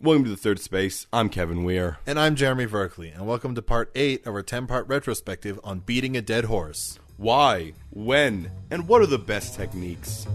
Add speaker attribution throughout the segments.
Speaker 1: Welcome to the third space. I'm Kevin Weir.
Speaker 2: And I'm Jeremy Verkley, and welcome to part 8 of our 10 part retrospective on beating a dead horse.
Speaker 1: Why, when, and what are the best techniques?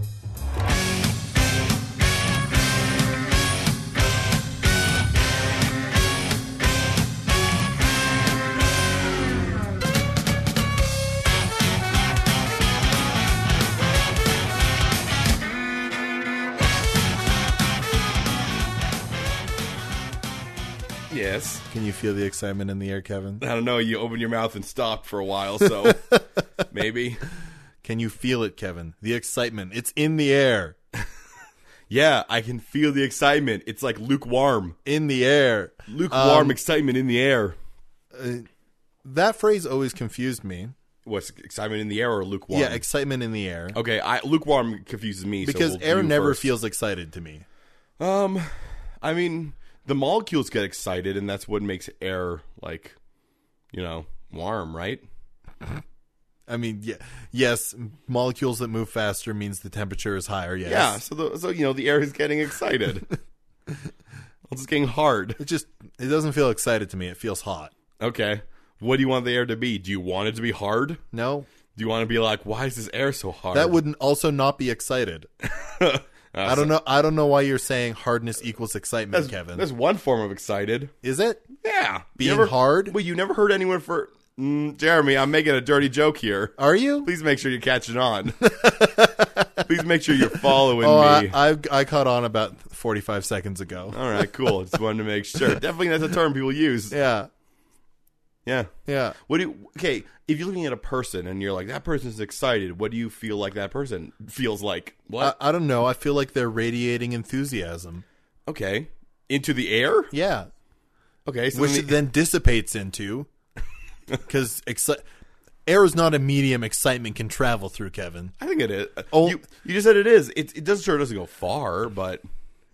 Speaker 1: Yes.
Speaker 2: Can you feel the excitement in the air, Kevin?
Speaker 1: I don't know. You opened your mouth and stopped for a while, so maybe.
Speaker 2: Can you feel it, Kevin? The excitement. It's in the air.
Speaker 1: Yeah, I can feel the excitement. It's like lukewarm,
Speaker 2: In the air. Um,
Speaker 1: lukewarm excitement in the air.
Speaker 2: That phrase always confused me.
Speaker 1: What's excitement in the air or lukewarm?
Speaker 2: Yeah, excitement in the air.
Speaker 1: okay. I, lukewarm confuses me so
Speaker 2: Because
Speaker 1: we'll
Speaker 2: air
Speaker 1: do
Speaker 2: never
Speaker 1: first.
Speaker 2: feels excited to me.
Speaker 1: Um, I mean, the molecules get excited, and that's what makes air like, you know, warm, right?
Speaker 2: I mean, yeah, yes, molecules that move faster means the temperature is higher. Yes.
Speaker 1: Yeah. So, the, so you know, the air is getting excited. it's getting hard.
Speaker 2: It just it doesn't feel excited to me. It feels hot.
Speaker 1: Okay. What do you want the air to be? Do you want it to be hard?
Speaker 2: No,
Speaker 1: Do you want to be like, why is this air so hard?
Speaker 2: that wouldn't also not be excited. I don't know. I don't know why you're saying hardness equals excitement,
Speaker 1: that's,
Speaker 2: Kevin.
Speaker 1: That's one form of excited.
Speaker 2: Is it?
Speaker 1: Yeah.
Speaker 2: Being
Speaker 1: you ever,
Speaker 2: hard?
Speaker 1: Well, you never heard anyone for. Mm, Jeremy, I'm making a dirty joke here.
Speaker 2: Are you?
Speaker 1: Please make sure you're catching on. Please make sure you're following
Speaker 2: Oh,
Speaker 1: me. Uh,
Speaker 2: I, I I caught on about 45 seconds ago.
Speaker 1: All right, cool. Just wanted to make sure. Definitely, that's a term people use.
Speaker 2: Yeah,
Speaker 1: Yeah.
Speaker 2: yeah.
Speaker 1: What do you? Okay, if you're looking at a person and you're like, that person's excited. What do you feel like that person feels like?
Speaker 2: I,
Speaker 1: What?
Speaker 2: I don't know. I feel like they're radiating enthusiasm.
Speaker 1: okay, into the air.
Speaker 2: Yeah,
Speaker 1: Okay, so
Speaker 2: which
Speaker 1: then
Speaker 2: it
Speaker 1: the-
Speaker 2: then dissipates into because exci- air is not a medium excitement can travel through, Kevin.
Speaker 1: I think it is.
Speaker 2: Oh.
Speaker 1: you, you just said it is. It it does sure doesn't go far, but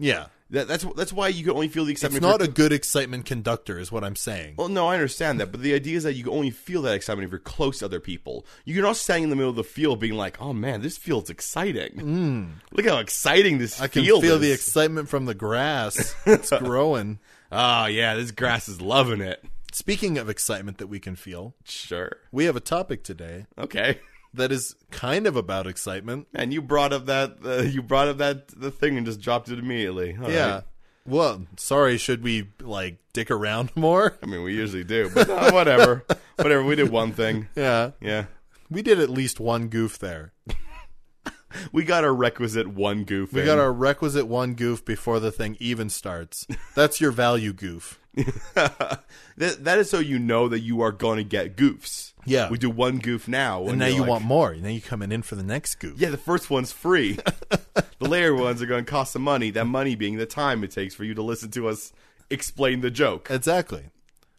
Speaker 2: Yeah,
Speaker 1: that, that's that's why you can only feel the
Speaker 2: it's
Speaker 1: excitement. if
Speaker 2: not
Speaker 1: you're-
Speaker 2: a good excitement conductor, is what I'm saying.
Speaker 1: well, no, I understand that, but the idea is that you can only feel that excitement if you're close to other people. You're not standing in the middle of the field being like, "Oh man, this field's exciting! Look how exciting this
Speaker 2: Hmm. I can
Speaker 1: field
Speaker 2: feel
Speaker 1: is."
Speaker 2: the excitement from the grass. It's growing.
Speaker 1: Oh yeah, this grass is loving it.
Speaker 2: Speaking of excitement that we can feel,
Speaker 1: Sure.
Speaker 2: we have a topic today
Speaker 1: Okay.
Speaker 2: that is kind of about excitement.
Speaker 1: And you brought up that uh, you brought up that the thing and just dropped it immediately. All
Speaker 2: yeah.
Speaker 1: right.
Speaker 2: Well, sorry, should we like dick around more?
Speaker 1: I mean, we usually do, but uh, whatever. whatever. We did one thing.
Speaker 2: Yeah.
Speaker 1: Yeah.
Speaker 2: We did at least one goof there.
Speaker 1: We got our requisite one goof.
Speaker 2: We got our requisite one goof before the thing even starts. That's your value goof.
Speaker 1: that, that is so you know that you are going to get goofs.
Speaker 2: Yeah.
Speaker 1: We do one goof now,
Speaker 2: And now
Speaker 1: you're
Speaker 2: you
Speaker 1: like,
Speaker 2: want more. Now you're coming in for the next goof.
Speaker 1: Yeah, the first one's free. the later ones are going to cost some money. That money being the time it takes for you to listen to us explain the joke.
Speaker 2: Exactly.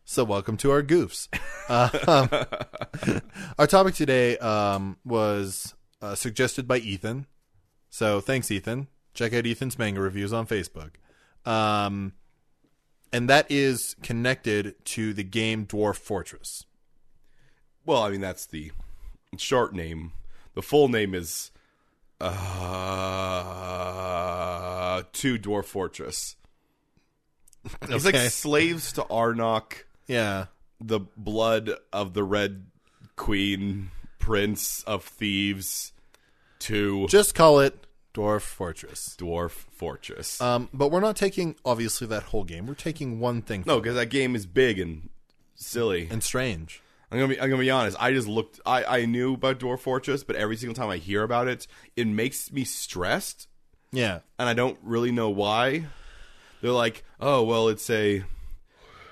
Speaker 2: So, welcome to our goofs. Uh, um, our topic today um, was uh, suggested by Ethan. So, thanks, Ethan. Check out Ethan's manga reviews on Facebook. Um, and that is connected to the game Dwarf Fortress.
Speaker 1: Well, I mean that's the short name. The full name is uh Two Dwarf Fortress. It's
Speaker 2: Okay.
Speaker 1: like slaves to Arnok,
Speaker 2: Yeah.
Speaker 1: the blood of the Red Queen, Prince of Thieves, to
Speaker 2: Just call it Dwarf Fortress.
Speaker 1: Dwarf Fortress.
Speaker 2: Um, but we're not taking, obviously, that whole game. We're taking one thing
Speaker 1: no, because that game is big and silly.
Speaker 2: and strange.
Speaker 1: I'm gonna be I'm gonna be honest. I just looked. I I knew about Dwarf Fortress, but every single time I hear about it, it makes me stressed
Speaker 2: Yeah.
Speaker 1: and I don't really know why. They're like, oh well, it's a,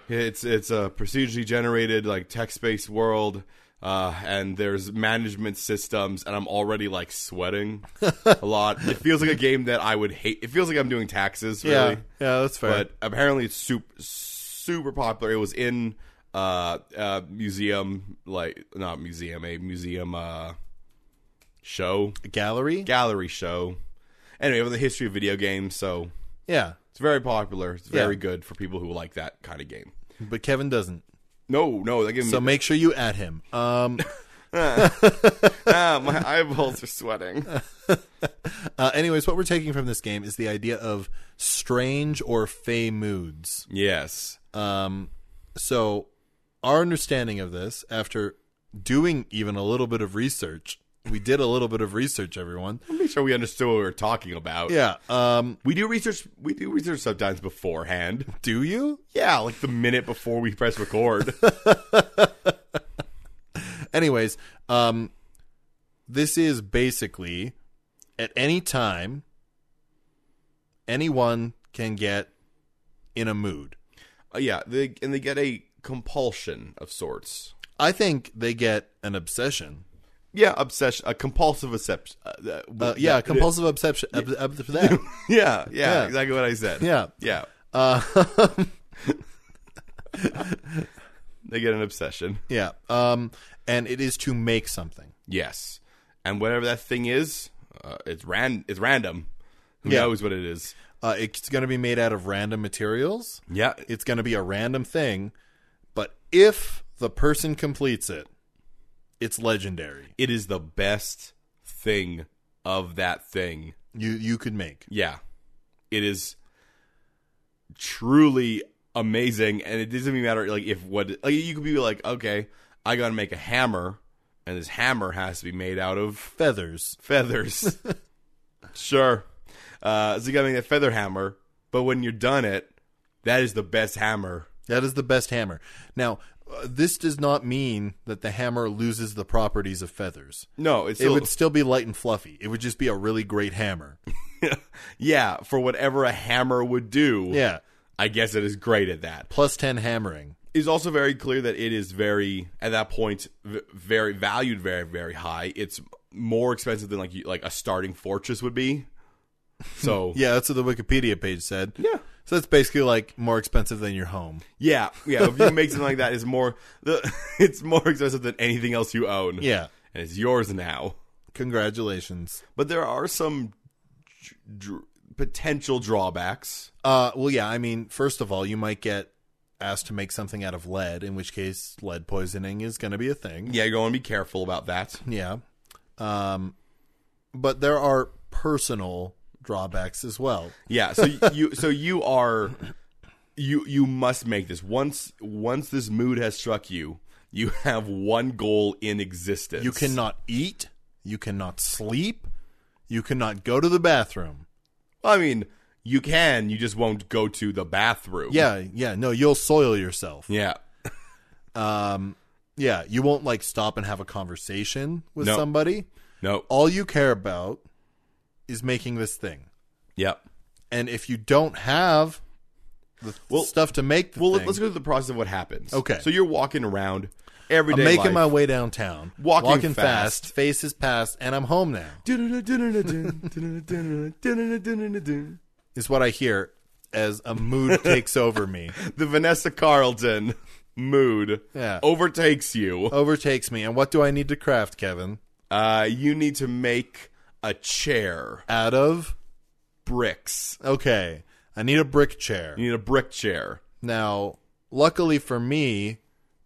Speaker 1: it's it's a procedurally generated like text based world, uh, and there's management systems, and I'm already like sweating a lot. It feels like a game that I would hate. It feels like I'm doing taxes, really.
Speaker 2: Yeah. Yeah, that's fair.
Speaker 1: But apparently, it's super super popular. It was in uh, uh museum like not museum a museum uh show
Speaker 2: Gallery?
Speaker 1: gallery show. Anyway, with the history of video games, so
Speaker 2: yeah.
Speaker 1: it's very popular. It's very
Speaker 2: Yeah.
Speaker 1: good for people who like that kind of game.
Speaker 2: But Kevin doesn't.
Speaker 1: No, no, that game.
Speaker 2: So make sure you add him. Um,
Speaker 1: Ah, my eyeballs are sweating.
Speaker 2: Uh, anyways, what we're taking from this game is the idea of strange or fey moods.
Speaker 1: Yes.
Speaker 2: Um, so, our understanding of this, after doing even a little bit of research, we did a little bit of research, everyone.
Speaker 1: I'm sure we understood what we were talking about.
Speaker 2: Yeah. Um,
Speaker 1: We do research. We do research sometimes beforehand.
Speaker 2: do you?
Speaker 1: Yeah, like the minute before we press record.
Speaker 2: Anyways, um, this is basically at any time, anyone can get in a mood.
Speaker 1: Uh, yeah, they, and they get a compulsion of sorts.
Speaker 2: I think they get an obsession.
Speaker 1: Yeah, obsession, a compulsive obsession. Uh,
Speaker 2: Uh, yeah, compulsive obsession. Ob- ob- that.
Speaker 1: yeah, yeah,
Speaker 2: Yeah.
Speaker 1: exactly what I said.
Speaker 2: yeah.
Speaker 1: yeah, Um,
Speaker 2: Uh,
Speaker 1: they get an obsession.
Speaker 2: yeah. Um, and it is to make something.
Speaker 1: Yes, and whatever that thing is, uh, it's ran, it's random. Who
Speaker 2: Yeah.
Speaker 1: knows what it is?
Speaker 2: Uh, it's going to be made out of random materials.
Speaker 1: Yeah,
Speaker 2: It's going to be a random thing. But if the person completes it, it's legendary.
Speaker 1: it is the best thing of that thing.
Speaker 2: You you could make.
Speaker 1: Yeah. It is truly amazing and it doesn't even matter like if what like you could be like, okay, I gotta make a hammer and this hammer has to be made out of
Speaker 2: Feathers.
Speaker 1: feathers. sure. Uh so you gotta make that feather hammer, but when you're done it, that is the best hammer.
Speaker 2: That is the best hammer. Now, uh, this does not mean that the hammer loses the properties of feathers.
Speaker 1: No, it's
Speaker 2: It
Speaker 1: still,
Speaker 2: would still be light and fluffy. It would just be a really great hammer.
Speaker 1: yeah, for whatever a hammer would do.
Speaker 2: Yeah.
Speaker 1: I guess it is great at that.
Speaker 2: Plus 10 hammering.
Speaker 1: It's also very clear that it is very at that point v- very valued very very high it's more expensive than like you- like a starting fortress would be so
Speaker 2: Yeah, that's what the Wikipedia page said.
Speaker 1: yeah
Speaker 2: So that's basically like more expensive than your home.
Speaker 1: yeah yeah if you make something like that it's more the, it's more expensive than anything else you own
Speaker 2: Yeah.
Speaker 1: and it's yours now
Speaker 2: Congratulations.
Speaker 1: but there are some dr- dr- potential drawbacks
Speaker 2: Uh, well, yeah, I mean, first of all, you might get asked to make something out of lead, in which case lead poisoning is going to be a thing.
Speaker 1: yeah you want to be careful about that
Speaker 2: Yeah. Um, but there are personal drawbacks as well.
Speaker 1: Yeah, so y- you so you are you you must make this once once this mood has struck you, you have one goal in existence.
Speaker 2: You cannot eat, you cannot sleep, you cannot go to the bathroom.
Speaker 1: I mean, you can, you just won't go to the bathroom.
Speaker 2: Yeah, yeah, no, you'll soil yourself.
Speaker 1: Yeah.
Speaker 2: Um, yeah, you won't like stop and have a conversation with
Speaker 1: No.
Speaker 2: somebody.
Speaker 1: No.
Speaker 2: All you care about is making this thing.
Speaker 1: Yep.
Speaker 2: And if you don't have the
Speaker 1: Well-
Speaker 2: stuff to make the
Speaker 1: Well, let-
Speaker 2: thing,
Speaker 1: let's go to the process of what happens.
Speaker 2: Okay.
Speaker 1: So you're walking around every
Speaker 2: I'm
Speaker 1: day
Speaker 2: making my
Speaker 1: life.
Speaker 2: way downtown,
Speaker 1: Walking
Speaker 2: fast.
Speaker 1: fast.
Speaker 2: faces past, and I'm home now.
Speaker 1: the
Speaker 2: Is what I hear as a mood takes over me,
Speaker 1: Vanessa Carlton mood
Speaker 2: Yeah.
Speaker 1: overtakes you.
Speaker 2: overtakes me. And what do I need to craft, Kevin?
Speaker 1: Uh, you need to make a chair.
Speaker 2: Out of
Speaker 1: Bricks.
Speaker 2: okay, I need a brick chair.
Speaker 1: You need a brick chair.
Speaker 2: Now, luckily for me,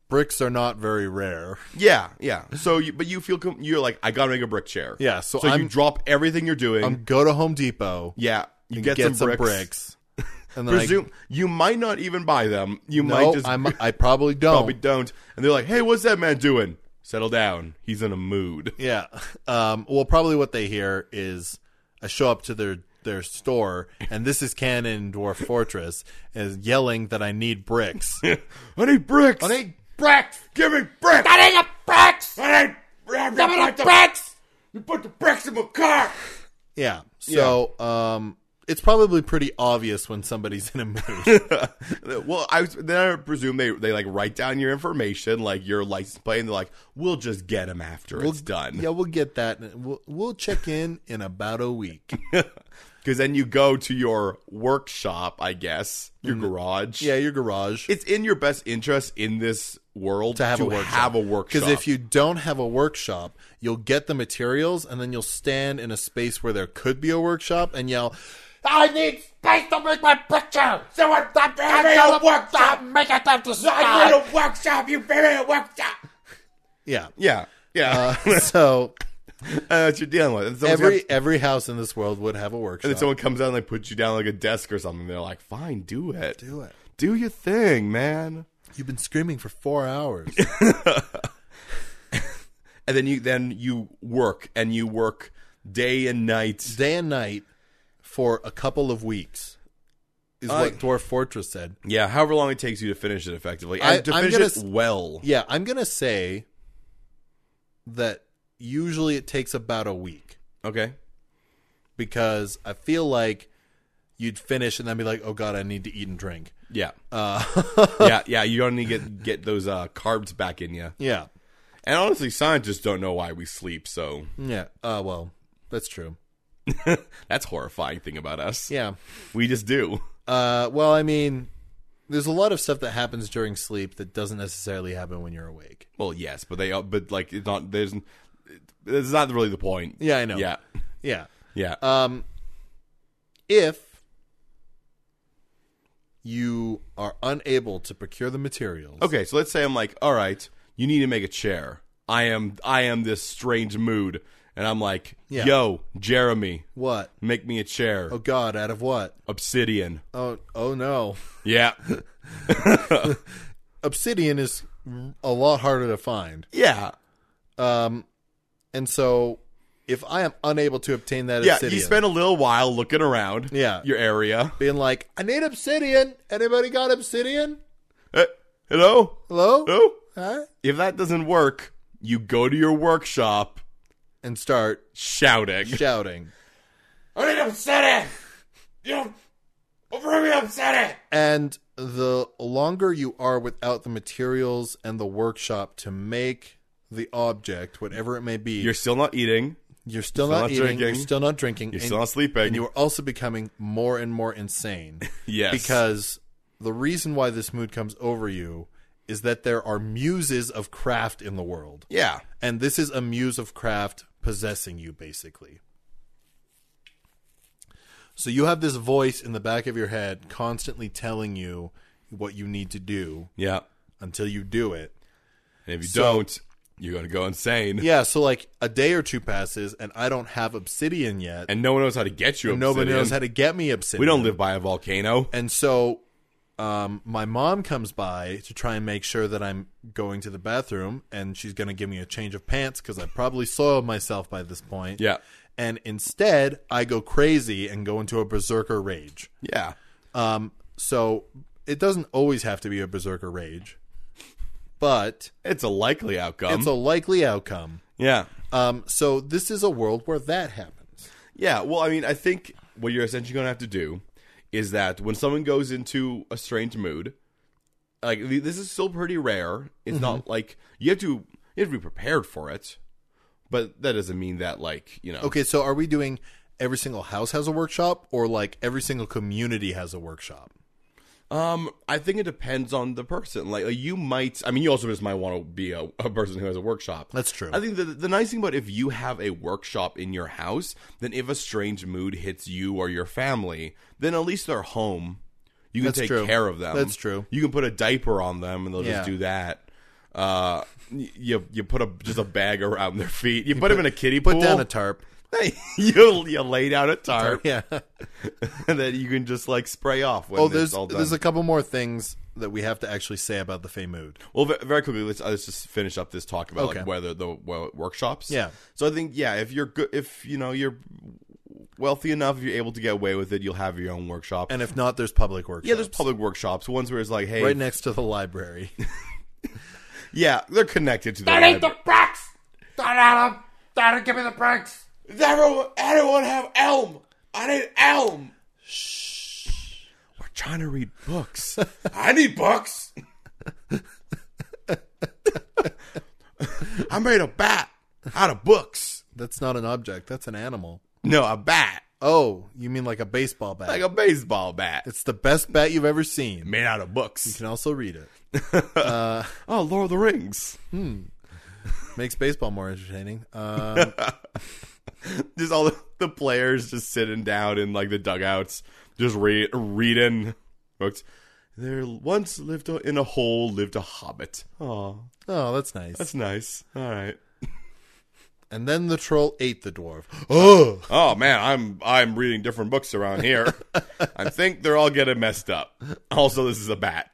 Speaker 2: bricks are not very rare.
Speaker 1: Yeah, yeah. So, you, but you feel com- you're like, I gotta make a brick chair.
Speaker 2: Yeah, so,
Speaker 1: So
Speaker 2: I'm
Speaker 1: you drop everything you're doing.
Speaker 2: I'm go to Home Depot,
Speaker 1: yeah, you
Speaker 2: and
Speaker 1: get, some, bricks.
Speaker 2: and then
Speaker 1: Presume you might not even buy them. You
Speaker 2: I,
Speaker 1: might
Speaker 2: no,
Speaker 1: just
Speaker 2: I'm, I probably don't.
Speaker 1: probably don't. And they're like, Hey, what's that man doing? Settle down. He's in a mood.
Speaker 2: Yeah. Um, well, probably what they hear is I show up to their their store, and this is Canon Dwarf Fortress is yelling that I need bricks.
Speaker 1: I need bricks. I need bricks. Give me bricks. I need bricks. I need bricks. Give me the bricks. You put the bricks in my car.
Speaker 2: yeah. So um, it's probably pretty obvious when somebody's in a mood.
Speaker 1: well, I was- then I presume they they like write down your information, like your license plate, and they're like, "We'll just get him after it's done."
Speaker 2: yeah, we'll get that. We'll, we'll check in in about a week.
Speaker 1: Because then you go to your workshop, I guess, your garage.
Speaker 2: Mm-hmm. Yeah, your garage.
Speaker 1: it's in your best interest in this world
Speaker 2: To have a workshop.
Speaker 1: have a workshop.
Speaker 2: Because if you don't have a workshop, you'll get the materials, and then you'll stand in a space where there could be a workshop and yell,
Speaker 3: I need space to make my picture. So I'm not I need a workshop. Make it up to start. I need a workshop. You give me a workshop.
Speaker 2: "Yeah,
Speaker 1: yeah, Yeah,
Speaker 2: Uh, so
Speaker 1: that's what you're dealing with. And someone's got-
Speaker 2: every every house in this world would have a workshop.
Speaker 1: and then someone comes out and they put you down like a desk or something. They're like, "Fine, do it,
Speaker 2: do it.
Speaker 1: do your thing, man."
Speaker 2: You've been screaming for four hours.
Speaker 1: And then you then you work and you work day and night.
Speaker 2: day and night for a couple of weeks is
Speaker 1: I-
Speaker 2: what Dwarf Fortress said.
Speaker 1: Yeah, however long it takes you to finish it effectively,
Speaker 2: I-
Speaker 1: and to
Speaker 2: I'm
Speaker 1: finish
Speaker 2: gonna
Speaker 1: it
Speaker 2: s-
Speaker 1: well.
Speaker 2: Yeah, I'm gonna say that usually it takes about a week
Speaker 1: Okay,
Speaker 2: because I feel like you'd finish and then be like, "Oh God, I need to eat and drink."
Speaker 1: yeah,
Speaker 2: Uh,
Speaker 1: yeah, yeah. You don't need to get get those uh, carbs back in you.
Speaker 2: yeah,
Speaker 1: And honestly, scientists don't know why we sleep, so
Speaker 2: yeah. Uh, well, that's true.
Speaker 1: that's horrifying thing about us.
Speaker 2: Yeah.
Speaker 1: We just do.
Speaker 2: Uh, well, I mean, there's a lot of stuff that happens during sleep that doesn't necessarily happen when you're awake.
Speaker 1: Well, yes, but they uh, but like it's not there's it's not really the point.
Speaker 2: Yeah, I know.
Speaker 1: Yeah.
Speaker 2: Yeah.
Speaker 1: Yeah.
Speaker 2: Um, if you are unable to procure the materials,
Speaker 1: Okay, so let's say I'm like, all right, you need to make a chair. I am I am this strange mood, and I'm like,
Speaker 2: Yeah.
Speaker 1: yo, Jeremy,
Speaker 2: what?
Speaker 1: make me a chair.
Speaker 2: Oh God! Out of what?
Speaker 1: Obsidian.
Speaker 2: Oh, oh no!
Speaker 1: Yeah,
Speaker 2: Obsidian is a lot harder to find,
Speaker 1: yeah,
Speaker 2: um, and so if I am unable to obtain that
Speaker 1: yeah.
Speaker 2: obsidian,
Speaker 1: You spend a little while looking around.
Speaker 2: Yeah.
Speaker 1: your area.
Speaker 2: being like, "I need obsidian. Anybody got obsidian?
Speaker 1: Eh, hello,
Speaker 2: Hello?
Speaker 1: hello.
Speaker 2: Huh?
Speaker 1: If that doesn't work, you go to your workshop
Speaker 2: And start
Speaker 1: shouting.
Speaker 2: shouting.
Speaker 3: I need upset it. You over me upset it.
Speaker 2: And the longer you are without the materials and the workshop to make the object, whatever it may be,
Speaker 1: You're
Speaker 2: you're,
Speaker 1: still not eating.
Speaker 2: still, not, eating,
Speaker 1: drinking.
Speaker 2: you're still not drinking,
Speaker 1: You're
Speaker 2: and,
Speaker 1: still not sleeping.
Speaker 2: and you are also becoming more and more insane.
Speaker 1: yes,
Speaker 2: Because the reason why this mood comes over you is that there are muses of craft in the world.
Speaker 1: yeah,
Speaker 2: And this is a muse of craft possessing you, basically. So you have this voice in the back of your head constantly telling you what you need to do
Speaker 1: yeah.
Speaker 2: until you do it.
Speaker 1: And if you
Speaker 2: So-
Speaker 1: don't, you're gonna go insane.
Speaker 2: Yeah, so like a day or two passes and I don't have obsidian yet.
Speaker 1: And no one knows how to get you.
Speaker 2: and nobody
Speaker 1: obsidian.
Speaker 2: knows how to get me obsidian.
Speaker 1: We don't live by a volcano.
Speaker 2: And so um, my mom comes by to try and make sure that I'm going to the bathroom and she's going to give me a change of pants because I probably soiled myself by this point.
Speaker 1: Yeah.
Speaker 2: And instead, I go crazy and go into a berserker rage.
Speaker 1: Yeah.
Speaker 2: Um, so it doesn't always have to be a berserker rage, but
Speaker 1: It's a likely outcome.
Speaker 2: it's a likely outcome.
Speaker 1: yeah.
Speaker 2: Um, so this is a world where that happens.
Speaker 1: Yeah. Well, I mean, I think what you're essentially going to have to do is that when someone goes into a strange mood, like th- this is still pretty rare. It's not like you have to you have to be prepared for it, but that doesn't mean that like you know.
Speaker 2: Okay, so are we doing every single house has a workshop or like every single community has a workshop?
Speaker 1: Um, I think it depends on the person. Like uh, you might. I mean, you also just might want to be a, a person who has a workshop.
Speaker 2: That's true.
Speaker 1: I think the the nice thing about if you have a workshop in your house, then if a strange mood hits you or your family, then at least they're home. You can
Speaker 2: That's
Speaker 1: take
Speaker 2: true.
Speaker 1: care of them.
Speaker 2: That's true.
Speaker 1: You can put a diaper on them, and they'll just
Speaker 2: Yeah.
Speaker 1: do that. Uh, y- you you put a just a bag around their feet. You, put, them in a kiddie
Speaker 2: Put
Speaker 1: pool.
Speaker 2: down a tarp.
Speaker 1: you you lay down a tarp,
Speaker 2: Yeah.
Speaker 1: and then you can just like spray off. When
Speaker 2: oh,
Speaker 1: it's
Speaker 2: there's
Speaker 1: all done.
Speaker 2: there's a couple more things that we have to actually say about the Fey mood.
Speaker 1: Well, ve- very quickly, let's, let's just finish up this talk about
Speaker 2: Okay.
Speaker 1: like whether the well, workshops.
Speaker 2: Yeah.
Speaker 1: So I think yeah, if you're good, if you know you're wealthy enough, if you're able to get away with it, you'll have your own workshop.
Speaker 2: And if not, there's public workshops.
Speaker 1: yeah, there's public workshops, ones where it's like, hey,
Speaker 2: right next to the library.
Speaker 1: yeah, they're connected to the.
Speaker 3: I need the
Speaker 1: library.
Speaker 3: bricks. Don't Adam. Don't give me the bricks. Does everyone, anyone have elm? I need elm.
Speaker 1: We're trying to read books.
Speaker 3: I need books.
Speaker 1: I made a bat out of books.
Speaker 2: That's not an object. That's an animal.
Speaker 1: No, a bat
Speaker 2: Oh, you mean like a baseball bat?
Speaker 1: like a baseball bat
Speaker 2: it's the best bat you've ever seen. You
Speaker 1: made out of books.
Speaker 2: can also read it.
Speaker 1: Oh, Lord of the Rings.
Speaker 2: Makes baseball more entertaining. Um,
Speaker 1: Just all the, the players just sitting down in like the dugouts, just re- reading books. There once lived a, in a hole lived a hobbit. Oh,
Speaker 2: oh, that's nice.
Speaker 1: that's nice. All right.
Speaker 2: And then the troll ate the dwarf. Oh,
Speaker 1: Oh man, I'm I'm reading different books around here. I think they're all getting messed up. Also, this is a bat.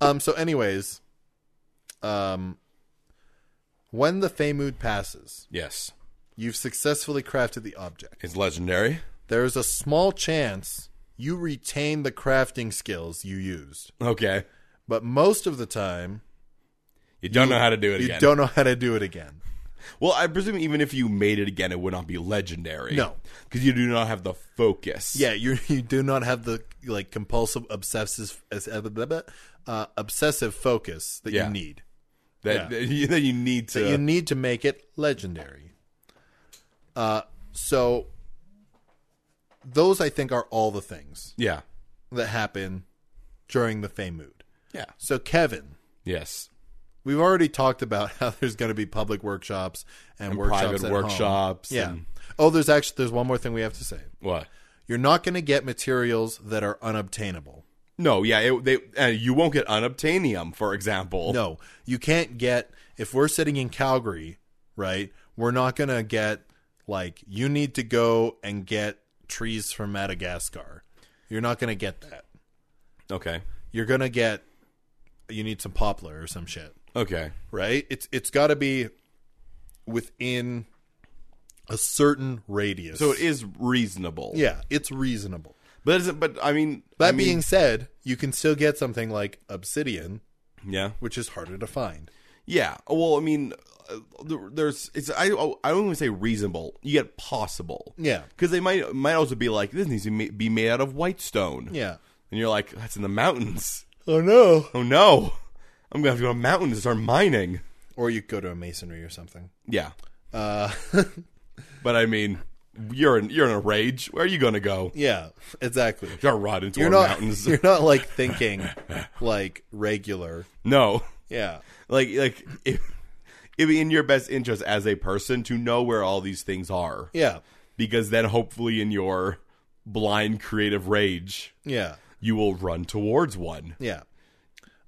Speaker 2: um. So, anyways, um, when the Feymud passes,
Speaker 1: Yes,
Speaker 2: you've successfully crafted the object.
Speaker 1: it's legendary.
Speaker 2: There is a small chance you retain the crafting skills you used,
Speaker 1: Okay,
Speaker 2: but most of the time
Speaker 1: you don't know how to do it
Speaker 2: you
Speaker 1: again.
Speaker 2: don't know how to do it again.
Speaker 1: Well, I presume even if you made it again, it would not be legendary.
Speaker 2: No.
Speaker 1: because you do not have the focus.
Speaker 2: Yeah, you you do not have the like compulsive obsessive as- uh, blah, blah, blah, uh, obsessive focus that
Speaker 1: Yeah.
Speaker 2: you need.
Speaker 1: that,
Speaker 2: Yeah.
Speaker 1: That, you, that you need to.
Speaker 2: That you need to make it legendary. Uh, so those I think are all the things
Speaker 1: yeah,
Speaker 2: that happen during the Fey mood.
Speaker 1: yeah,
Speaker 2: So Kevin,
Speaker 1: yes.
Speaker 2: we've already talked about how there's going to be public workshops and, workshops
Speaker 1: Private
Speaker 2: at home.
Speaker 1: workshops.
Speaker 2: Yeah.
Speaker 1: and-
Speaker 2: Oh, there's actually there's one more thing we have to say.
Speaker 1: what?
Speaker 2: You're not going to get materials that are unobtainable.
Speaker 1: No, yeah, it, they uh, you won't get unobtainium, for example.
Speaker 2: No, you can't get if we're sitting in Calgary, right? We're not going to get like you need to go and get trees from Madagascar. You're not going to get that.
Speaker 1: Okay,
Speaker 2: You're going to get you need some poplar or some shit,
Speaker 1: okay,
Speaker 2: right? It's it's got to be within a certain radius.
Speaker 1: so it is reasonable.
Speaker 2: yeah, it's reasonable.
Speaker 1: but is it, but I mean,
Speaker 2: That
Speaker 1: I mean,
Speaker 2: being said, you can still get something like obsidian,
Speaker 1: yeah,
Speaker 2: which is harder to find.
Speaker 1: Yeah. Well, I mean, uh, there- there's it's I I don't even say reasonable. You get possible.
Speaker 2: Yeah.
Speaker 1: Because they might might also be like this needs to ma- be made out of white stone.
Speaker 2: Yeah.
Speaker 1: And you're like that's in the mountains.
Speaker 2: Oh no.
Speaker 1: Oh no, I'm gonna have to go to mountains to start mining.
Speaker 2: Or you go to a masonry or something.
Speaker 1: Yeah.
Speaker 2: Uh,
Speaker 1: But I mean, you're in you're in a rage. Where are you gonna go?
Speaker 2: yeah, exactly.
Speaker 1: You're gonna rot into
Speaker 2: You're
Speaker 1: our
Speaker 2: not.
Speaker 1: mountains.
Speaker 2: You're not like thinking like regular.
Speaker 1: No.
Speaker 2: Yeah,
Speaker 1: Like like if. It'd be in your best interest as a person to know where all these things are,
Speaker 2: yeah,
Speaker 1: because then hopefully in your blind creative rage,
Speaker 2: yeah,
Speaker 1: you will run towards one.
Speaker 2: yeah.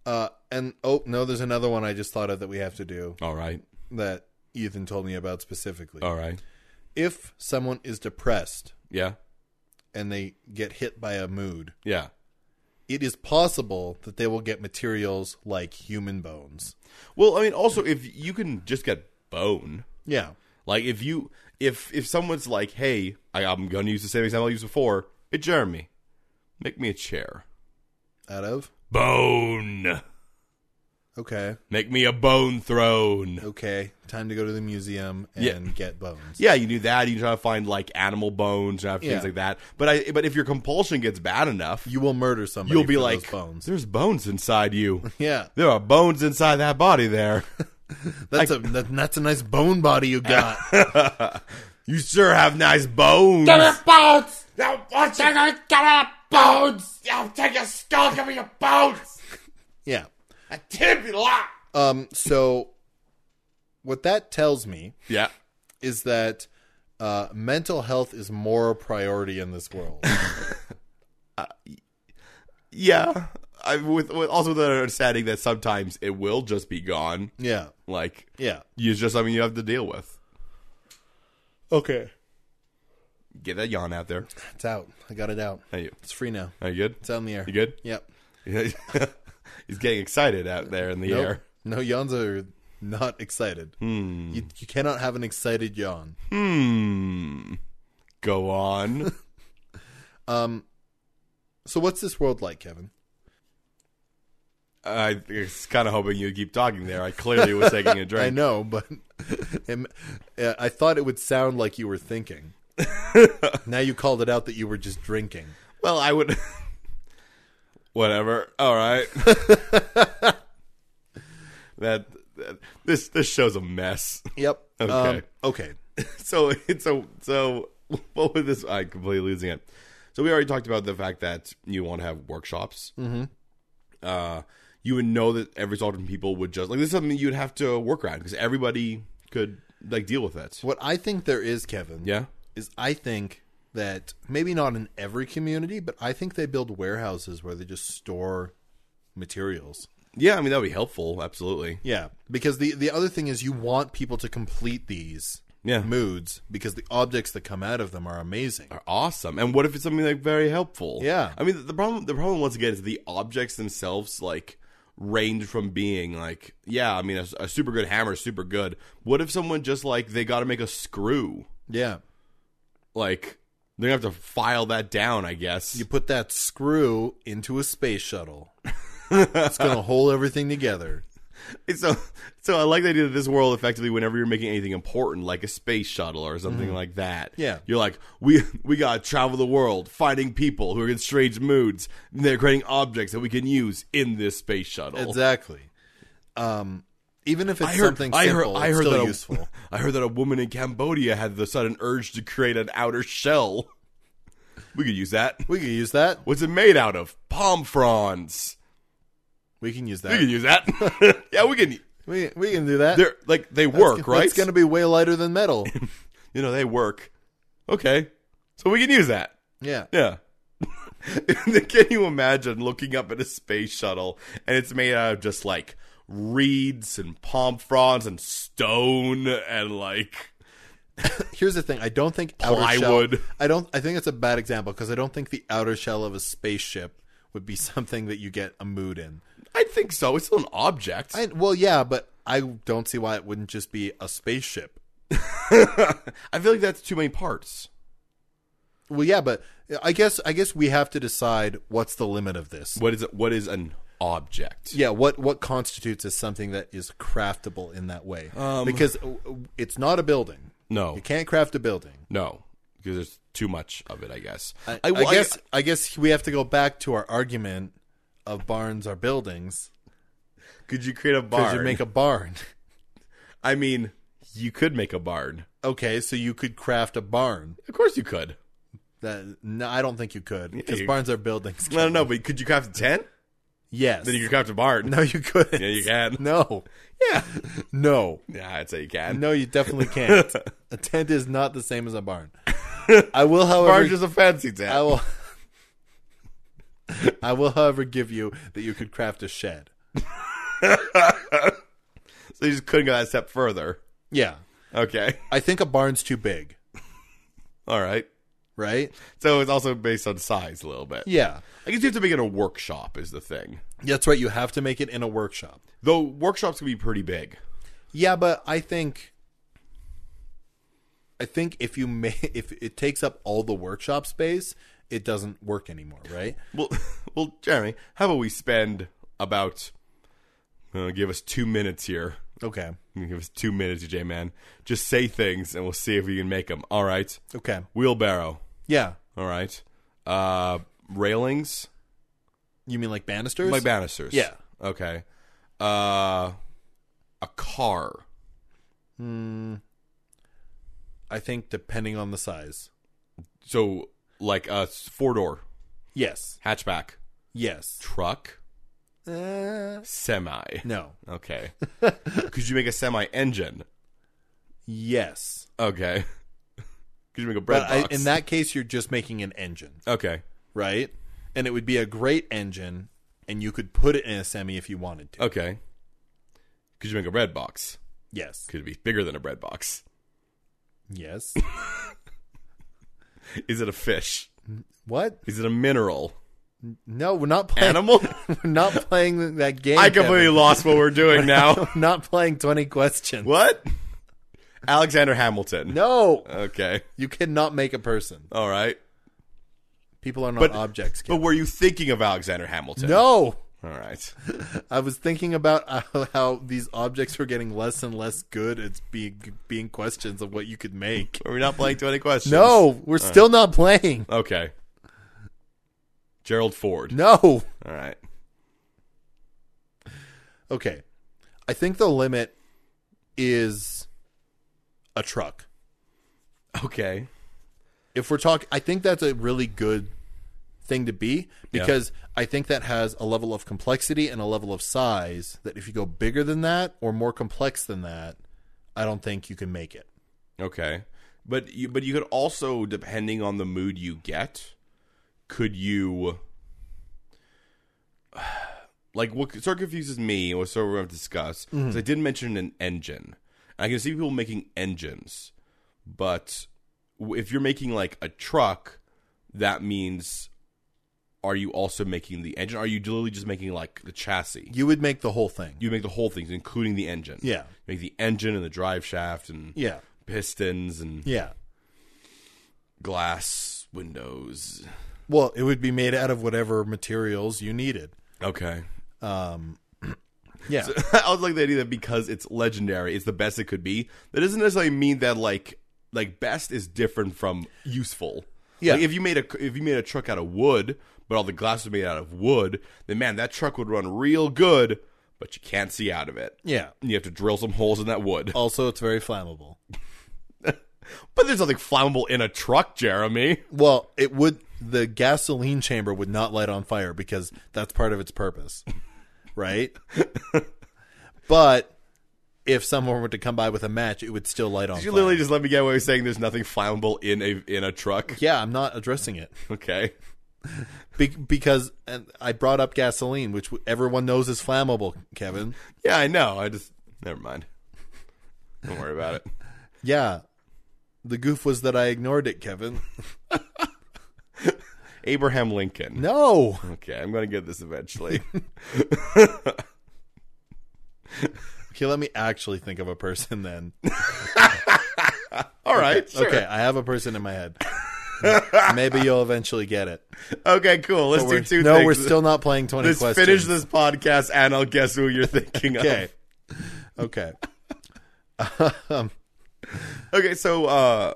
Speaker 2: Uh, and oh no, there's another one I just thought of that we have to do
Speaker 1: All right.
Speaker 2: that Ethan told me about specifically.
Speaker 1: All right.
Speaker 2: If someone is depressed
Speaker 1: Yeah.
Speaker 2: and they get hit by a mood,
Speaker 1: Yeah.
Speaker 2: it is possible that they will get materials like human bones.
Speaker 1: Well, I mean, also if you can just get bone,
Speaker 2: Yeah,
Speaker 1: like if you if if someone's like, "Hey, I, I'm going to use the same example I used before," hey Jeremy, make me a chair,
Speaker 2: out of
Speaker 1: bone,
Speaker 2: okay,
Speaker 1: make me a bone throne.
Speaker 2: okay. Time to go to the museum and
Speaker 1: Yeah.
Speaker 2: get bones.
Speaker 1: Yeah, you do that. You try to find like animal bones and
Speaker 2: Yeah.
Speaker 1: things like that. But I but if your compulsion gets bad enough,
Speaker 2: You will murder somebody.
Speaker 1: you'll be
Speaker 2: for
Speaker 1: like,
Speaker 2: those bones.
Speaker 1: "There's bones inside you.
Speaker 2: Yeah,
Speaker 1: there are bones inside that body. There."
Speaker 2: that's a that, that's a nice bone body you got.
Speaker 1: You sure have nice bones.
Speaker 3: Give me your bones! Now, watch it! Give me your bones! Now, take your skull, give me your bones!
Speaker 2: yeah.
Speaker 3: A tibula!
Speaker 2: Um. So, what that tells me
Speaker 1: Yeah.
Speaker 2: is that uh, mental health is more a priority in this world.
Speaker 1: Yeah. I with, with also the understanding that sometimes it will just be gone.
Speaker 2: yeah.
Speaker 1: Like
Speaker 2: Yeah.
Speaker 1: it's just something you have to deal with.
Speaker 2: Okay.
Speaker 1: Get that yawn out there.
Speaker 2: It's out. I got it out.
Speaker 1: Are you
Speaker 2: It's free now.
Speaker 1: are you good?
Speaker 2: It's out in the air.
Speaker 1: You good?
Speaker 2: Yep.
Speaker 1: He's getting excited out there in the
Speaker 2: Nope.
Speaker 1: air.
Speaker 2: No yawns are not excited. You, you cannot have an excited yawn.
Speaker 1: Hmm. Go on.
Speaker 2: Um. So what's this world like, Kevin?
Speaker 1: I was kind of hoping you'd keep talking there. I clearly was taking a
Speaker 2: I
Speaker 1: drink.
Speaker 2: know, but um, uh, I thought it would sound like you were thinking. now you called it out that you were just drinking.
Speaker 1: Well, I would. Whatever. All right. that, that this this show's a mess.
Speaker 2: Yep. Okay.
Speaker 1: Okay.
Speaker 2: okay.
Speaker 1: so it's a so what was this? I completely losing it. So we already talked about the fact that you want to have workshops. Mm-hmm. Uh, you would know that every so often people would just like this is something you'd have to work around because everybody could like deal with it.
Speaker 2: What I think there is, Kevin,
Speaker 1: Yeah.
Speaker 2: is I think that maybe not in every community, but I think they build warehouses where they just store materials.
Speaker 1: Yeah, I mean, that would be helpful. Absolutely.
Speaker 2: Yeah, because the the other thing is you want people to complete these
Speaker 1: Yeah.
Speaker 2: moods because the objects that come out of them are amazing.
Speaker 1: Are awesome. And what if it's something like very helpful?
Speaker 2: Yeah.
Speaker 1: I mean, the problem, the problem once again is the objects themselves, like, range from being like, yeah, I mean, a, a super good hammer is super good. What if someone just, like, they got to make a screw?
Speaker 2: Yeah.
Speaker 1: Like, they're going to have to file that down, I guess.
Speaker 2: You put that screw into a space shuttle. it's going to hold everything together.
Speaker 1: So, so I like the idea that this world effectively, whenever you're making anything important, like a space shuttle or something like that,
Speaker 2: Mm-hmm. Yeah.
Speaker 1: you're like, we we gotta travel the world, finding people who are in strange moods. And they're creating objects that we can use in this space shuttle.
Speaker 2: Exactly. Um even if it's
Speaker 1: Oh. I heard,
Speaker 2: something
Speaker 1: I heard,
Speaker 2: simple,
Speaker 1: I heard
Speaker 2: it's still
Speaker 1: that a-
Speaker 2: useful.
Speaker 1: I heard that a woman in Cambodia had the sudden urge to create an outer shell. We could use that.
Speaker 2: We could use that.
Speaker 1: What's it made out of? Palm fronds.
Speaker 2: We can use
Speaker 1: We
Speaker 2: that.
Speaker 1: can use that. yeah, we can.
Speaker 2: We we can do that.
Speaker 1: They're like they work, right?
Speaker 2: It's going to be way lighter than metal.
Speaker 1: you know, they work. Okay. So we can use that.
Speaker 2: yeah.
Speaker 1: Yeah. can you imagine looking up at a space shuttle and it's made out of just like reeds and palm fronds and stone and like
Speaker 2: Here's the thing. I don't think outer shell.
Speaker 1: Plywood.
Speaker 2: I don't. I think that's a bad example because I don't think the outer shell of a spaceship would be something that you get a mood in.
Speaker 1: I think so. It's still an object.
Speaker 2: I, well, yeah, but I don't see why it wouldn't just be a spaceship.
Speaker 1: I feel like that's too many parts.
Speaker 2: Well, yeah, but I guess I guess we have to decide what's the limit of this.
Speaker 1: What is it? What is an object?
Speaker 2: Yeah, what what constitutes as something that is craftable in that way? because uh, uh, it's not a building.
Speaker 1: No.
Speaker 2: You can't craft a building.
Speaker 1: No. Because there's too much of it, I guess.
Speaker 2: I, I guess I, guess we have to go back to our argument of barns are buildings
Speaker 1: could you create a
Speaker 2: because
Speaker 1: barn?
Speaker 2: you make a barn.
Speaker 1: I mean, you could make a barn.
Speaker 2: Okay, so you could craft a barn.
Speaker 1: Of course you could.
Speaker 2: That no, I don't think you could because
Speaker 1: you-
Speaker 2: barns are buildings.
Speaker 1: I don't know, but could you craft a tent?
Speaker 2: Yes.
Speaker 1: Then you could craft a barn.
Speaker 2: no, you couldn't.
Speaker 1: Yeah, you can.
Speaker 2: No,
Speaker 1: Yeah.
Speaker 2: no,
Speaker 1: Yeah, I'd say you can.
Speaker 2: no. You definitely can't. a tent is not the same as a barn. I will, however,
Speaker 1: Barn's just a fancy tent.
Speaker 2: I will. I will, however, give you that you could craft a shed.
Speaker 1: so you just couldn't go that step further.
Speaker 2: Yeah,
Speaker 1: Okay.
Speaker 2: I think a barn's too big,
Speaker 1: All right.
Speaker 2: right?
Speaker 1: So it's also based on size a little bit.
Speaker 2: Yeah,
Speaker 1: I guess you have to make it a workshop is the thing.
Speaker 2: that's right. You have to make it in a workshop.
Speaker 1: Though workshops can be pretty big.
Speaker 2: Yeah, but I think I think if you ma- if it takes up all the workshop space, it doesn't work anymore, right?
Speaker 1: Well, well, Jeremy, how about we spend about uh, give us two minutes here.
Speaker 2: Okay.
Speaker 1: Give us two minutes, J man. Just say things, and we'll see if we can make them. All right.
Speaker 2: Okay.
Speaker 1: Wheelbarrow.
Speaker 2: Yeah.
Speaker 1: All right. Uh, railings.
Speaker 2: You mean like banisters?
Speaker 1: Like banisters.
Speaker 2: Yeah.
Speaker 1: Okay. Uh, a car.
Speaker 2: I think depending on the size.
Speaker 1: So like a four door
Speaker 2: Yes.
Speaker 1: hatchback,
Speaker 2: Yes.
Speaker 1: truck,
Speaker 2: Uh,
Speaker 1: semi.
Speaker 2: no.
Speaker 1: Okay. Could you make a semi engine?
Speaker 2: Yes.
Speaker 1: Okay. Could you make a bread
Speaker 2: But I,
Speaker 1: box?
Speaker 2: in that case, you're just making an engine,
Speaker 1: okay.
Speaker 2: right? And it would be a great engine, and you could put it in a semi if you wanted to.
Speaker 1: Okay. Could you make a bread box?
Speaker 2: Yes.
Speaker 1: Could it be bigger than a bread box?
Speaker 2: Yes.
Speaker 1: Is it a fish?
Speaker 2: what?
Speaker 1: Is it a mineral?
Speaker 2: No, we're not playing.
Speaker 1: Animal?
Speaker 2: We're not playing that game.
Speaker 1: I completely lost what we're doing now.
Speaker 2: Kevin. I'm not playing 20 questions.
Speaker 1: what? Alexander Hamilton.
Speaker 2: No.
Speaker 1: Okay.
Speaker 2: You cannot make a person.
Speaker 1: All right.
Speaker 2: People are not
Speaker 1: But-
Speaker 2: objects.
Speaker 1: But
Speaker 2: Kevin.
Speaker 1: were you thinking of Alexander Hamilton?
Speaker 2: no.
Speaker 1: All right.
Speaker 2: I was thinking about how, how these objects were getting less and less good at being, being questions of what you could make.
Speaker 1: Are we not playing to any questions?
Speaker 2: No, we're still not playing.
Speaker 1: Okay. Gerald Ford.
Speaker 2: No.
Speaker 1: All right.
Speaker 2: Okay. I think the limit is a truck.
Speaker 1: Okay.
Speaker 2: if we're talking i think that's a really good thing to be because i think that has a level of complexity and a level of size that if you go bigger than that or more complex than that i don't think you can make it
Speaker 1: Okay. But you but you could also depending on the mood you get, could you like what sort of confuses me, or sort of we're going to discuss, because
Speaker 2: Mm-hmm.
Speaker 1: I did mention an engine. And I can see people making engines, but w- if you're making like a truck, that means are you also making the engine? Are you literally just making like the chassis?
Speaker 2: You would make the whole thing.
Speaker 1: You make the whole thing, including the engine.
Speaker 2: Yeah.
Speaker 1: make the engine and the drive shaft and
Speaker 2: yeah.
Speaker 1: pistons and
Speaker 2: Yeah.
Speaker 1: glass windows.
Speaker 2: Well, it would be made out of whatever materials you needed.
Speaker 1: Okay.
Speaker 2: Um, yeah.
Speaker 1: I was like the idea that because it's legendary, it's the best it could be. That doesn't necessarily mean that like like best is different from useful.
Speaker 2: Yeah.
Speaker 1: Like, if you made a if you made a truck out of wood, but all the glass was made out of wood, then man, that truck would run real good, but you can't see out of it.
Speaker 2: yeah.
Speaker 1: And you have to drill some holes in that wood.
Speaker 2: Also, it's very flammable.
Speaker 1: But there's nothing flammable in a truck, Jeremy.
Speaker 2: Well, it would. The gasoline chamber would not light on fire because that's part of its purpose, right? but if someone were to come by with a match, it would still light on
Speaker 1: You
Speaker 2: fire.
Speaker 1: literally just let me get away with saying there's nothing flammable in a in a truck.
Speaker 2: yeah, I'm not addressing it
Speaker 1: Okay.
Speaker 2: Be- because and I brought up gasoline, which everyone knows is flammable. Kevin,
Speaker 1: Yeah, I know. I just never mind. Don't worry about it.
Speaker 2: yeah, the goof was that I ignored it. Kevin,
Speaker 1: Abraham Lincoln.
Speaker 2: no,
Speaker 1: Okay, I'm gonna get this eventually.
Speaker 2: okay, let me actually think of a person then.
Speaker 1: All right. sure.
Speaker 2: Okay, I have a person in my head. Maybe you'll eventually get it.
Speaker 1: Okay, cool. Let's do
Speaker 2: We're-
Speaker 1: two
Speaker 2: no,
Speaker 1: things.
Speaker 2: we're still not playing 20
Speaker 1: Let's
Speaker 2: questions.
Speaker 1: finish this podcast, and I'll guess who you're thinking
Speaker 2: Okay. okay.
Speaker 1: of. Okay, so uh,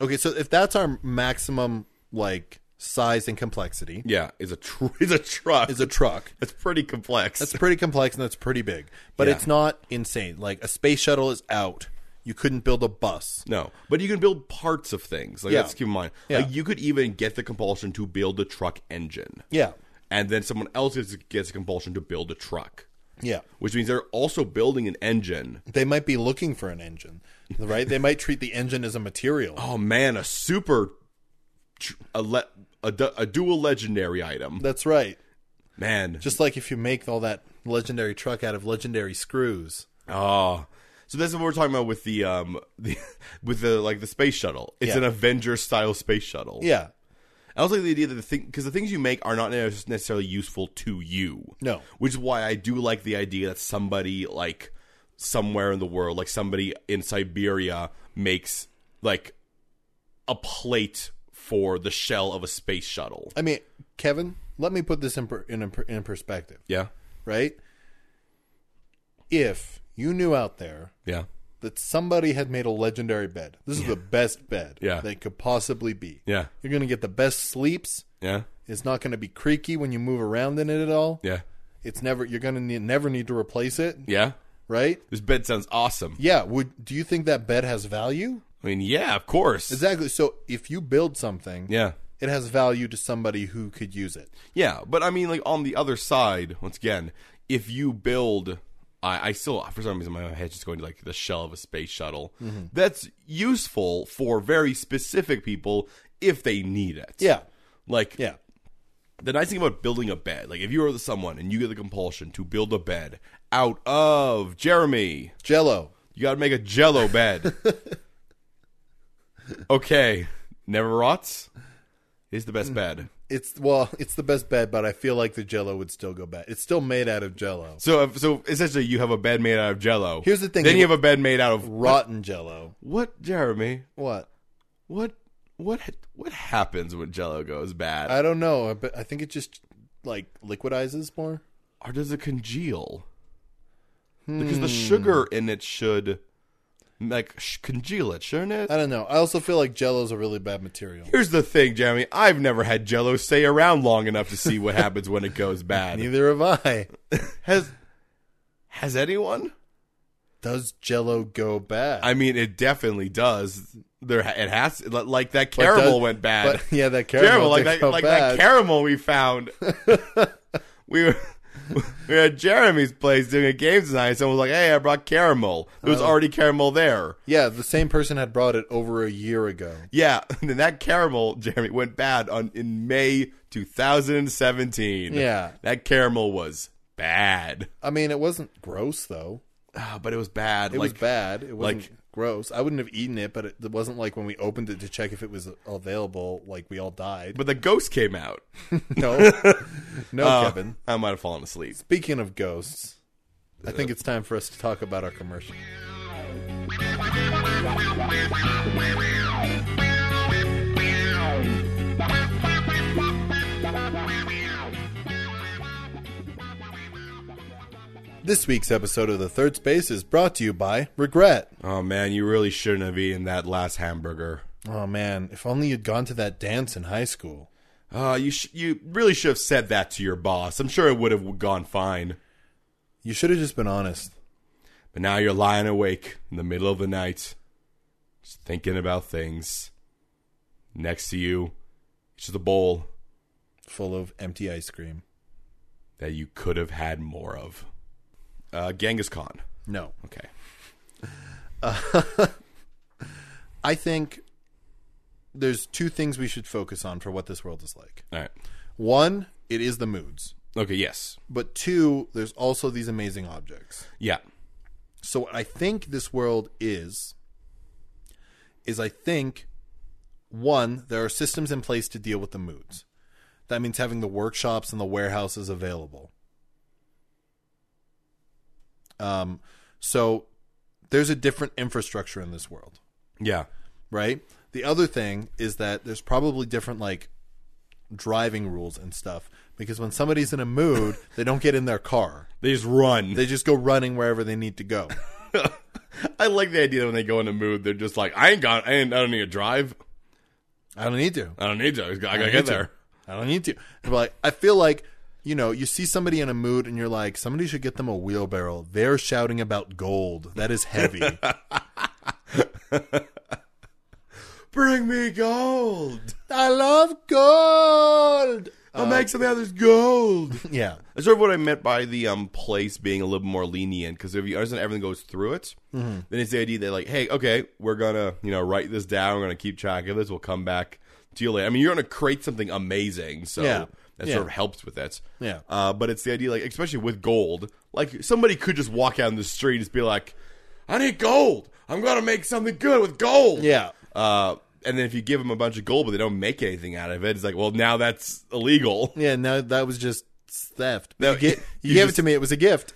Speaker 2: Okay, so if that's our maximum like size and complexity
Speaker 1: yeah, it's a tr- it's a truck.
Speaker 2: is a truck.
Speaker 1: it's pretty complex.
Speaker 2: That's pretty complex and that's pretty big. But
Speaker 1: Yeah.
Speaker 2: it's not insane. Like a space shuttle is out. You couldn't build a bus.
Speaker 1: no, but you can build parts of things. Like
Speaker 2: Yeah.
Speaker 1: let's keep in mind,
Speaker 2: Yeah.
Speaker 1: like you could even get the compulsion to build a truck engine,
Speaker 2: Yeah.
Speaker 1: and then someone else gets- gets a compulsion to build a truck,
Speaker 2: Yeah.
Speaker 1: which means they're also building an engine.
Speaker 2: They might be looking for an engine, right? they might treat the engine as a material.
Speaker 1: Oh man, a super, tr- a le- a, du- a dual legendary item.
Speaker 2: That's right.
Speaker 1: Man.
Speaker 2: Just like if you make all that legendary truck out of legendary screws.
Speaker 1: Oh. So that's what we're talking about with the um the with the like the space shuttle. It's
Speaker 2: Yeah.
Speaker 1: an Avenger style space shuttle.
Speaker 2: Yeah.
Speaker 1: I also like the idea that the thing because the things you make are not ne- necessarily useful to you.
Speaker 2: No.
Speaker 1: Which is why I do like the idea that somebody like somewhere in the world, like somebody in Siberia makes like a plate for the shell of a space shuttle.
Speaker 2: I mean, Kevin, let me put this in per- in, per- in perspective,
Speaker 1: Yeah.
Speaker 2: right? If you knew out there
Speaker 1: Yeah.
Speaker 2: that somebody had made a legendary bed, this is the best bed
Speaker 1: Yeah.
Speaker 2: that could possibly be.
Speaker 1: Yeah.
Speaker 2: You're going to get the best sleeps.
Speaker 1: Yeah.
Speaker 2: It's not going to be creaky when you move around in it at all.
Speaker 1: Yeah.
Speaker 2: It's never you're going to need, never need to replace it,
Speaker 1: Yeah.
Speaker 2: right?
Speaker 1: This bed sounds awesome.
Speaker 2: Yeah, would do you think that bed has value?
Speaker 1: I mean, yeah, of course.
Speaker 2: Exactly. So if you build something,
Speaker 1: yeah.
Speaker 2: it has value to somebody who could use it.
Speaker 1: Yeah, but I mean, like on the other side, once again, if you build, I, I still for some reason my head's just going to like the shell of a space shuttle. That's useful for very specific people if they need it.
Speaker 2: Yeah.
Speaker 1: like
Speaker 2: Yeah.
Speaker 1: the nice thing about building a bed, like if you are the someone and you get the compulsion to build a bed out of Jeremy,
Speaker 2: Jello.
Speaker 1: you got to make a Jello bed. okay, never rots. Is the
Speaker 2: Hmm.
Speaker 1: best bed.
Speaker 2: It's well, it's the best bed, but I feel like the Jello would still go bad. It's still made out of Jello,
Speaker 1: So, if, so essentially, you have a bed made out of Jello.
Speaker 2: Here's the thing.
Speaker 1: Then you have a bed made out of
Speaker 2: rotten Jello.
Speaker 1: what, Jeremy?
Speaker 2: What?
Speaker 1: What, what, what happens when Jello goes bad?
Speaker 2: I don't know, but I think it just like liquidizes more.
Speaker 1: or does it congeal? Because
Speaker 2: Hmm.
Speaker 1: the sugar in it should, like, sh- congeal it, shouldn't it?
Speaker 2: I don't know. I also feel like Jello's a really bad material.
Speaker 1: Here's the thing, Jeremy. I've never had Jello stay around long enough to see what happens when it goes bad.
Speaker 2: Neither have I.
Speaker 1: Has has anyone?
Speaker 2: Does Jello go bad?
Speaker 1: I mean, it definitely does. There, ha- it has like that
Speaker 2: But does-
Speaker 1: caramel went bad.
Speaker 2: but- yeah, that caramel,
Speaker 1: caramel, like
Speaker 2: did
Speaker 1: that,
Speaker 2: go
Speaker 1: like
Speaker 2: bad.
Speaker 1: that caramel we found. we were we were at Jeremy's place doing a game tonight. And someone was like, "Hey, I brought caramel. There
Speaker 2: Oh.
Speaker 1: was already caramel there."
Speaker 2: yeah, the same person had brought it over a year ago.
Speaker 1: Yeah, and then that caramel, Jeremy, went bad on in May 2017.
Speaker 2: Yeah.
Speaker 1: that caramel was bad.
Speaker 2: I mean, it wasn't gross though.
Speaker 1: Ah, but it was bad.
Speaker 2: It
Speaker 1: like,
Speaker 2: was bad. It wasn't
Speaker 1: like-
Speaker 2: gross. I wouldn't have eaten it, but it, it wasn't like when we opened it to check if it was available. Like we all died.
Speaker 1: But the ghost came out.
Speaker 2: no, no,
Speaker 1: Uh,
Speaker 2: Kevin.
Speaker 1: I might have fallen asleep.
Speaker 2: Speaking of ghosts, I think it's time for us to talk about our commercial. This week's episode of The Third Space is brought to you by Regret.
Speaker 1: Oh man, you really shouldn't have eaten that last hamburger.
Speaker 2: Oh man, if only you'd gone to that dance in high school.
Speaker 1: Uh, you sh- you really should have said that to your boss. I'm sure it would have gone fine.
Speaker 2: You should have just been honest.
Speaker 1: But now you're lying awake in the middle of the night, just thinking about things. Next to you, it's just a bowl
Speaker 2: Full of empty ice cream.
Speaker 1: that you could have had more of. Uh, Genghis Khan.
Speaker 2: No.
Speaker 1: Okay.
Speaker 2: I think there's two things we should focus on for what this world is like.
Speaker 1: All right.
Speaker 2: One, it is the moods.
Speaker 1: Okay. Yes.
Speaker 2: But two, there's also these amazing objects.
Speaker 1: Yeah.
Speaker 2: So what I think this world is is I think one, there are systems in place to deal with the moods. That means having the workshops and the warehouses available. Um so there's a different infrastructure in this world
Speaker 1: Yeah.
Speaker 2: right? The other thing is that there's probably different like driving rules and stuff because when somebody's in a mood, they don't get in their car.
Speaker 1: They just run.
Speaker 2: They just go running wherever they need to go.
Speaker 1: I like the idea that when they go in a mood, they're just like, I ain't got, I, ain't, I don't need to drive.
Speaker 2: I don't need to.
Speaker 1: I don't need to. I gotta
Speaker 2: don't
Speaker 1: get
Speaker 2: need to.
Speaker 1: there.
Speaker 2: I don't need to. But like I feel like you know, you see somebody in a mood and you're like, somebody should get them a wheelbarrow. They're shouting about gold. That is heavy.
Speaker 1: Bring me gold.
Speaker 2: I love gold.
Speaker 1: I'll make something out of this gold.
Speaker 2: Yeah.
Speaker 1: That's sort of what I meant by the um place being a little more lenient because if you understand everything goes through it,
Speaker 2: Mm-hmm.
Speaker 1: then it's the idea that like, hey, okay, we're gonna you know write this down, we're gonna keep track of this, we'll come back to you later. I mean, you're gonna create something amazing, so
Speaker 2: Yeah.
Speaker 1: that
Speaker 2: Yeah.
Speaker 1: sort of helps with it.
Speaker 2: Yeah.
Speaker 1: uh, but it's the idea like, especially with gold, like somebody could just walk out in the street and just be like, I need gold. I'm gonna make something good with gold.
Speaker 2: Yeah.
Speaker 1: Uh, and then if you give them a bunch of gold, but they don't make anything out of it, it's like, well, now that's illegal.
Speaker 2: Yeah, no, that was just theft.
Speaker 1: No,
Speaker 2: you get, you,
Speaker 1: you
Speaker 2: gave
Speaker 1: just-
Speaker 2: it to me. It was a gift.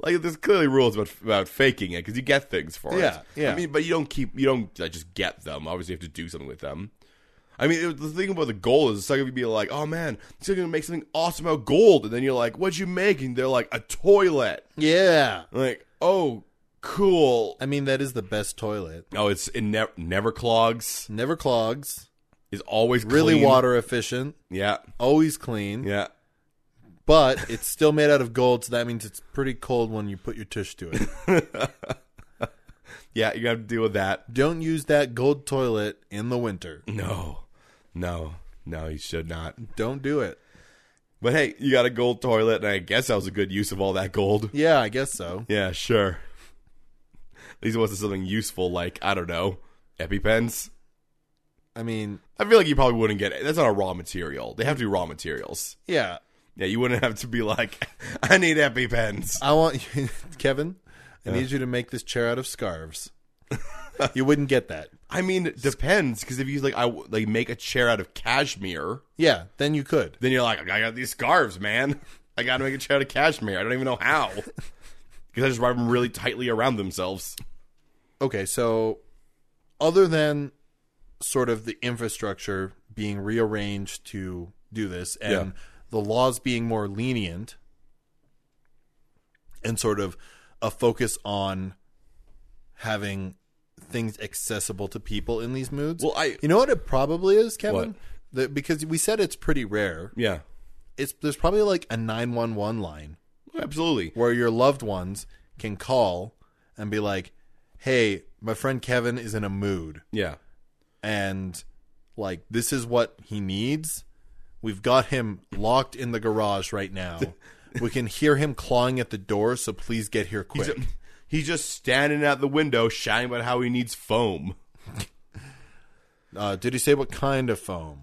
Speaker 1: Like there's clearly rules about about faking it because you get things for
Speaker 2: Yeah,
Speaker 1: it.
Speaker 2: yeah.
Speaker 1: I mean, but you don't keep you don't like, just get them. Obviously, you have to do something with them. I mean, it, the thing about the gold is it's like if you be like, oh man, it's gonna make something awesome out of gold, and then you're like, what'd you make? And they're like, a toilet.
Speaker 2: Yeah.
Speaker 1: I'm like, oh, cool.
Speaker 2: I mean, that is the best toilet.
Speaker 1: No, it's it never never clogs.
Speaker 2: Never clogs.
Speaker 1: Is always
Speaker 2: Really
Speaker 1: clean.
Speaker 2: water efficient.
Speaker 1: Yeah,
Speaker 2: Always clean.
Speaker 1: yeah.
Speaker 2: But it's still made out of gold, so that means it's pretty cold when you put your tush to it.
Speaker 1: Yeah, you gotta deal with that.
Speaker 2: Don't use that gold toilet in the winter.
Speaker 1: No, no, no, you should not.
Speaker 2: Don't do it.
Speaker 1: But hey, you got a gold toilet, and I guess that was a good use of all that gold.
Speaker 2: Yeah, I guess so.
Speaker 1: Yeah, sure. At least it wasn't something useful like, I don't know, EpiPens.
Speaker 2: I mean,
Speaker 1: I feel like you probably wouldn't get it. That's not a raw material. They have to be raw materials.
Speaker 2: yeah.
Speaker 1: Yeah, you wouldn't have to be like, I need EpiPens.
Speaker 2: I want you, Kevin, I need you to make this chair out of scarves. you wouldn't get that.
Speaker 1: I mean, it depends because if you like, I w- like make a chair out of cashmere,
Speaker 2: Yeah, then you could.
Speaker 1: then you're like, I got these scarves, man. I got to make a chair out of cashmere. I don't even know how because I just wrap them really tightly around themselves.
Speaker 2: okay, so other than sort of the infrastructure being rearranged to do this and
Speaker 1: Yeah.
Speaker 2: the laws being more lenient and sort of a focus on having things accessible to people in these moods.
Speaker 1: Well, I-
Speaker 2: You know what it probably is, Kevin?
Speaker 1: What?
Speaker 2: That- because we said it's pretty rare.
Speaker 1: Yeah,
Speaker 2: It's there's probably like a 911 line
Speaker 1: absolutely.
Speaker 2: where your loved ones can call and be like, "Hey, my friend Kevin is in a mood
Speaker 1: Yeah.
Speaker 2: and like this is what he needs. We've got him locked in the garage right now. we can hear him clawing at the door, so please get here quick."
Speaker 1: He's just standing out the window shouting about how he needs foam.
Speaker 2: uh, did he say what kind of foam?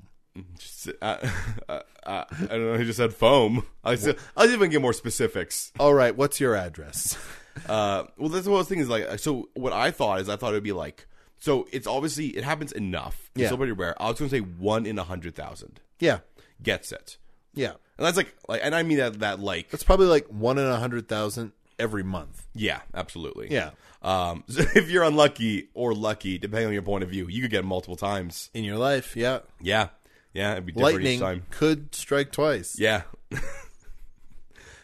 Speaker 1: Just, I, I, I, uh, I don't know. He just said foam. I said, I'll even get more specifics.
Speaker 2: All right, what's your address?
Speaker 1: Uh, well, that's what I was thinking. Is like, uh, so what I thought is, I thought it would be like, so it's obviously it happens enough. It's
Speaker 2: Yeah.
Speaker 1: so pretty rare. I was going to say one in a hundred thousand
Speaker 2: yeah,
Speaker 1: gets it,
Speaker 2: yeah.
Speaker 1: and that's like, like, and I mean that that like,
Speaker 2: That's probably like one in a hundred thousand every month.
Speaker 1: yeah, absolutely,
Speaker 2: Yeah,
Speaker 1: Um, so if you're unlucky or lucky, depending on your point of view, you could get it multiple times.
Speaker 2: in your life. Yeah,
Speaker 1: Yeah, yeah, it'd be different each
Speaker 2: lightning
Speaker 1: time.
Speaker 2: could strike twice.
Speaker 1: Yeah.